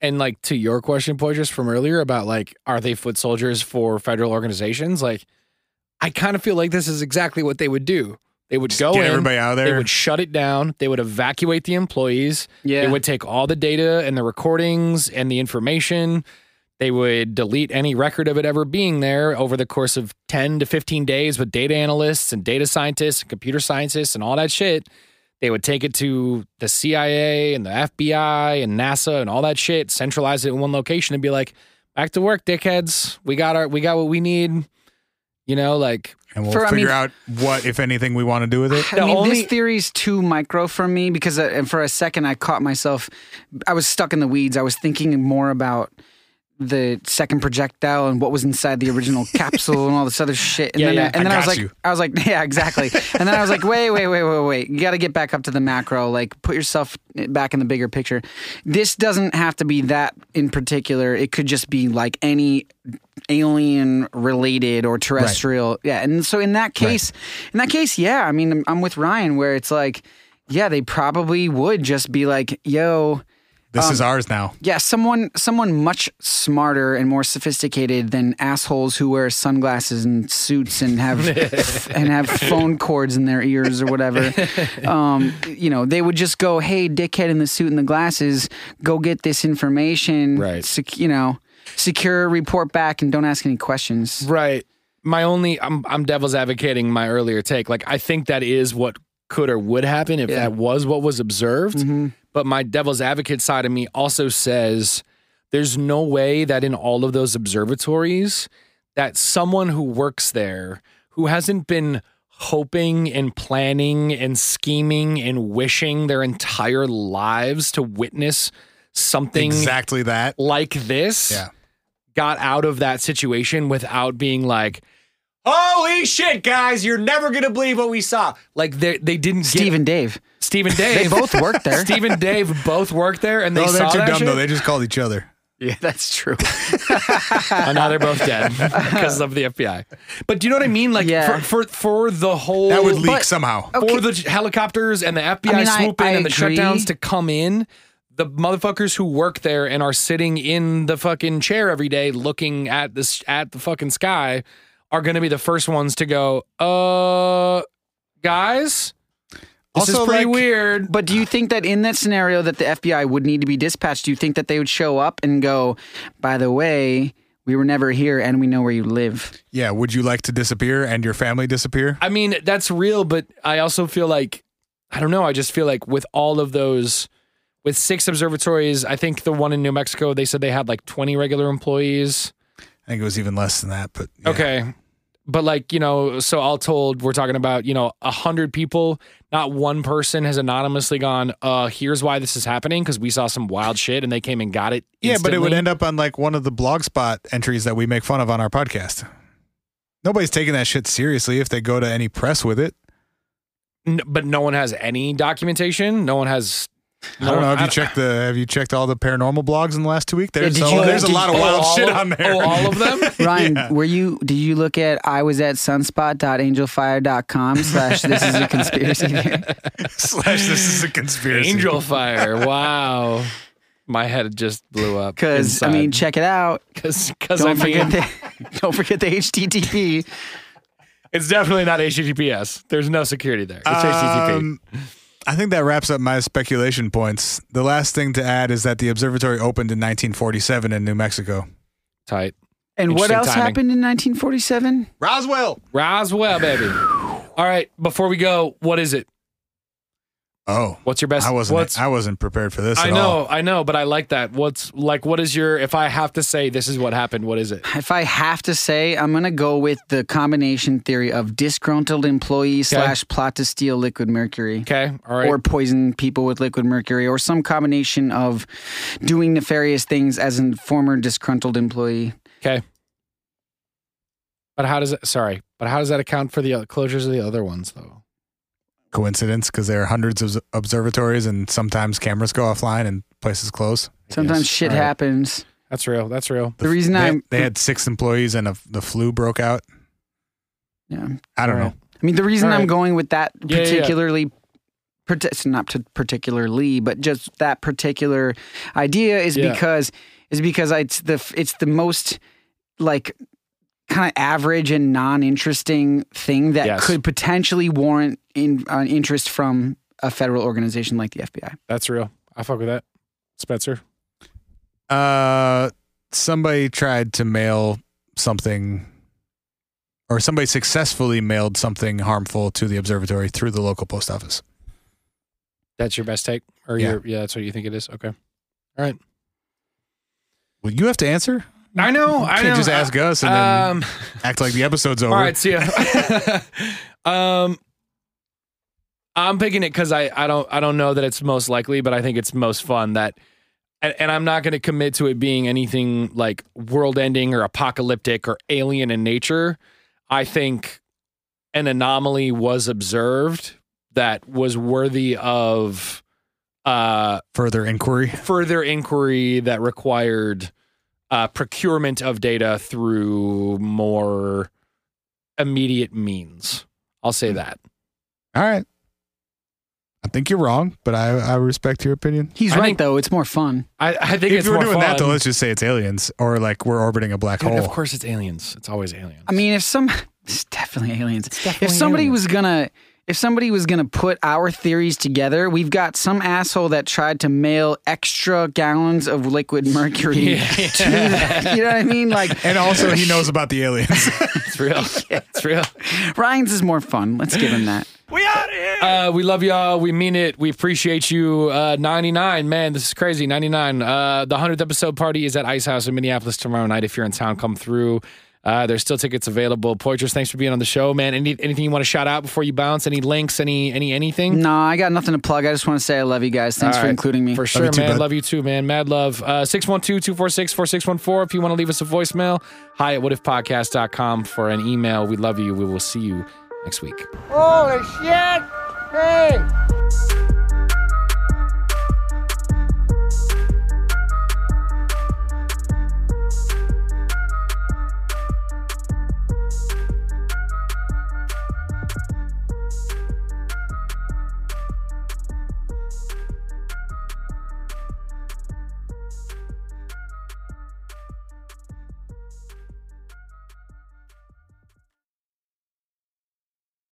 Speaker 2: and like to your question point just from earlier about like are they foot soldiers for federal organizations like i kind of feel like this is exactly what they would do they would go
Speaker 1: get
Speaker 2: in
Speaker 1: everybody out of
Speaker 2: they
Speaker 1: there
Speaker 2: would shut it down they would evacuate the employees
Speaker 3: Yeah.
Speaker 2: they would take all the data and the recordings and the information. They would delete any record of it ever being there over the course of 10 to 15 days with data analysts and data scientists and computer scientists and all that shit. They would take it to the CIA and the FBI and NASA and all that shit, centralize it in one location and be like, back to work, dickheads. We got our we got what we need. You know, like
Speaker 1: and we'll
Speaker 3: For- I mean-
Speaker 1: figure out what, if anything, we want to do with it.
Speaker 2: The
Speaker 3: I mean,
Speaker 2: only-
Speaker 3: this theory's too micro for me because, uh, and for a second, I caught myself. I was stuck in the weeds. I was thinking more about the second projectile and what was inside
Speaker 1: [laughs]
Speaker 3: the original capsule and all this other shit. And
Speaker 2: Yeah,
Speaker 3: then, I,
Speaker 2: yeah.
Speaker 3: and then
Speaker 1: I
Speaker 3: I, was
Speaker 1: got
Speaker 3: like,
Speaker 1: you.
Speaker 3: I was like, [laughs] yeah, exactly. and then I was like, wait, wait, wait, wait, wait. You got to get back up to the macro. Like, put yourself back in the bigger picture. This doesn't have to be that in particular. It could just be like any alien related or terrestrial. Yeah. And so in that case, in that case, yeah, I mean, I'm, I'm with Ryan where it's like, yeah, they probably would just be like, yo,
Speaker 1: This is
Speaker 2: Um,
Speaker 1: ours now.
Speaker 3: yeah, someone someone much smarter and more sophisticated than assholes who wear sunglasses and suits and have and have phone cords in their ears or whatever. Um, you know, they would just go, "Hey, dickhead in the suit and the glasses, go get this information."
Speaker 2: Right.
Speaker 3: Sec- you know, secure, report back, and don't ask any questions.
Speaker 2: Right. My only I'm I'm devil's advocating my earlier take. Like I think that is what could or would happen if
Speaker 3: Yeah.
Speaker 2: that was what was observed. But my devil's advocate side of me also says there's no way that in all of those observatories that someone who works there who hasn't been hoping and planning and scheming and wishing their entire lives to witness something
Speaker 1: Exactly that.
Speaker 2: like this
Speaker 1: Yeah.
Speaker 2: got out of that situation without being like, holy shit, guys, you're never going to believe what we saw. Like they, they didn't
Speaker 3: Steve
Speaker 2: get
Speaker 3: and Dave,
Speaker 2: Steve and Dave.
Speaker 3: [laughs] they both
Speaker 2: [laughs]
Speaker 3: work there.
Speaker 2: Steve and Dave both worked there and they
Speaker 1: no, they're
Speaker 2: saw
Speaker 1: too
Speaker 2: that
Speaker 1: dumb
Speaker 2: shit.
Speaker 1: though. They just called each other.
Speaker 3: yeah, that's true.
Speaker 2: And now they're both
Speaker 3: [laughs]
Speaker 2: dead because of the FBI. But do you know what I mean? Like
Speaker 3: Yeah.
Speaker 2: for, for, for the whole.
Speaker 1: That would leak
Speaker 3: but-
Speaker 1: somehow.
Speaker 3: Okay.
Speaker 2: for the helicopters and the FBI
Speaker 3: I mean, I-
Speaker 2: swoop in
Speaker 3: I
Speaker 2: and the
Speaker 3: agree.
Speaker 2: shutdowns to come in, the motherfuckers who work there and are sitting in the fucking chair every day looking at this at the fucking sky are going to be the first ones to go, uh, guys, this
Speaker 1: Also,
Speaker 2: is pretty
Speaker 1: like-
Speaker 2: weird.
Speaker 3: But do you think that in that scenario that the FBI would need to be dispatched? Do you think that they would show up and go, "By the way, we were never here, and we know where you live."
Speaker 2: [laughs]
Speaker 1: Yeah. Would you like to disappear and your family disappear?
Speaker 2: I mean, that's real, but I also feel like I don't know. I just feel like with all of those, with six observatories, I think the one in New Mexico, they said they had like 20 regular employees.
Speaker 1: I think it was even less than that, but yeah.
Speaker 2: Okay. but like you know, so all told, we're talking about you know a hundred people. Not one person has anonymously gone. Uh, here's why this is happening because we saw some wild shit and they came and got it.
Speaker 1: Yeah, but it would
Speaker 2: instantly.
Speaker 1: end up on like one of the blogspot entries that we make fun of on our podcast. Nobody's taking that shit seriously if they go to any press with it.
Speaker 2: N- but no one has any documentation. No one has.
Speaker 1: I don't
Speaker 2: one-
Speaker 1: know. Have you checked the Have you checked all the paranormal blogs in the last two weeks? There's
Speaker 3: did
Speaker 1: a,
Speaker 3: you-
Speaker 1: there's a
Speaker 3: did-
Speaker 1: lot of
Speaker 2: oh,
Speaker 1: wild
Speaker 2: all
Speaker 1: shit
Speaker 2: of-
Speaker 1: on there.
Speaker 2: Oh, all of them.
Speaker 3: Ryan,
Speaker 1: Yeah.
Speaker 3: were you? Did you look at I was at sunspot.angelfire.com slash this is a
Speaker 2: [laughs]
Speaker 3: conspiracy theory?
Speaker 1: [laughs] Slash, this is a conspiracy.
Speaker 2: Angel fire. Wow. My head just blew up.
Speaker 3: Because I mean,
Speaker 2: inside.
Speaker 3: check it out.
Speaker 2: Cause, cause I
Speaker 3: Don't
Speaker 2: mean,
Speaker 3: forget the [laughs] don't forget the HTTP.
Speaker 2: it's definitely not HTTPS. There's no security there. It's HTTP.
Speaker 1: Um, I think that wraps up my speculation points. The last thing to add is that the observatory opened in 1947 in New Mexico.
Speaker 2: Tight.
Speaker 3: And what
Speaker 2: Interesting
Speaker 3: else
Speaker 2: timing.
Speaker 3: happened in 1947?
Speaker 1: Roswell.
Speaker 2: Roswell, baby. All right. Before we go, what is it?
Speaker 1: Oh,
Speaker 2: What's your best?
Speaker 1: I wasn't.
Speaker 2: What's,
Speaker 1: I wasn't prepared for this.
Speaker 2: I
Speaker 1: at
Speaker 2: know.
Speaker 1: all.
Speaker 2: I know. But I like that. What's like? What is your? If I have to say, this is what happened. What is it?
Speaker 3: If I have to say, I'm gonna go with the combination theory of disgruntled employee slash plot to steal liquid mercury.
Speaker 2: Okay. All right.
Speaker 3: Or poison people with liquid mercury, or some combination of doing nefarious things as a former disgruntled employee.
Speaker 2: okay. But how does it? Sorry. But how does that account for the other- closures of the other ones, though?
Speaker 1: Coincidence? Because there are hundreds of observatories, and sometimes cameras go offline and places close.
Speaker 3: Sometimes
Speaker 2: Yes.
Speaker 3: shit
Speaker 2: All right.
Speaker 3: happens.
Speaker 2: That's real. That's real.
Speaker 3: The reason
Speaker 1: They,
Speaker 3: I'm
Speaker 1: they had six employees, and a, the flu broke out.
Speaker 3: yeah.
Speaker 1: I don't
Speaker 2: All
Speaker 1: know.
Speaker 2: right.
Speaker 3: I mean, the reason
Speaker 2: All
Speaker 3: I'm
Speaker 2: right.
Speaker 3: going with that
Speaker 2: Yeah, yeah, yeah.
Speaker 3: particularly, parti- not p- particularly, but just that particular idea is
Speaker 2: Yeah.
Speaker 3: because is because I, it's the f- it's the most like kind of average and non-interesting thing that
Speaker 2: Yes.
Speaker 3: could potentially warrant in uh, interest from a federal organization like the FBI.
Speaker 2: That's real. I fuck with that. Spencer.
Speaker 1: Uh, somebody tried to mail something, or somebody successfully mailed something harmful to the observatory through the local post office.
Speaker 2: That's your best take, or
Speaker 1: Yeah.
Speaker 2: your yeah. That's what you think it is. Okay.
Speaker 1: Well, you have to answer.
Speaker 2: I know. Oh, I
Speaker 1: You can't
Speaker 2: know.
Speaker 1: just ask us and then
Speaker 2: Um.
Speaker 1: act like the episode's over.
Speaker 2: All right. See ya. [laughs] um. I'm picking it because I, I don't I don't know that it's most likely, but I think it's most fun that, and, and I'm not going to commit to it being anything like world ending or apocalyptic or alien in nature. I think an anomaly was observed that was worthy of uh
Speaker 1: Further inquiry.
Speaker 2: further inquiry that required uh, procurement of data through more immediate means. I'll
Speaker 1: Hmm.
Speaker 2: say that.
Speaker 1: All right. I think you're wrong, but I, I respect your opinion.
Speaker 3: He's
Speaker 2: I
Speaker 3: right
Speaker 2: think-
Speaker 3: though; it's more fun.
Speaker 2: I, I think
Speaker 1: If
Speaker 2: it's
Speaker 1: you were
Speaker 2: more
Speaker 1: doing
Speaker 2: fun.
Speaker 1: that, though, let's just say it's aliens or like we're orbiting a black
Speaker 2: Dude,
Speaker 1: hole.
Speaker 2: of course, it's aliens. It's always aliens.
Speaker 3: [laughs] I mean, if some, it's definitely aliens. if
Speaker 2: definitely
Speaker 3: somebody
Speaker 2: aliens.
Speaker 3: was gonna, if somebody was gonna put our theories together, we've got some asshole that tried to mail extra gallons of liquid mercury. [laughs] To the, you know what I mean? Like,
Speaker 1: And also, he knows about
Speaker 2: [laughs]
Speaker 1: the aliens.
Speaker 2: it's real. It's real.
Speaker 3: Ryan's is more fun. Let's give
Speaker 2: [laughs]
Speaker 3: him that.
Speaker 2: Uh, we love y'all. We mean it. We appreciate you. Uh, 99, man, this is crazy. 99. Uh, the 100th episode party is at Ice House in Minneapolis tomorrow night. If you're in town, come through. Uh, there's still tickets available. Poitras, thanks for being on the show, man. Any, anything you want to shout out before you bounce? Any links? Any any anything?
Speaker 3: No, I got nothing to plug. I just want to say I love you guys. Thanks
Speaker 2: All
Speaker 3: for
Speaker 2: right.
Speaker 3: including me.
Speaker 2: For sure,
Speaker 1: you too,
Speaker 2: man.
Speaker 1: bud.
Speaker 2: Love you too, man. Mad love. Uh, 612-246-4614. If you want to leave us a voicemail, hi at whatifpodcast.com for an email. We love you. We will see you next week.
Speaker 8: Holy shit! Hey!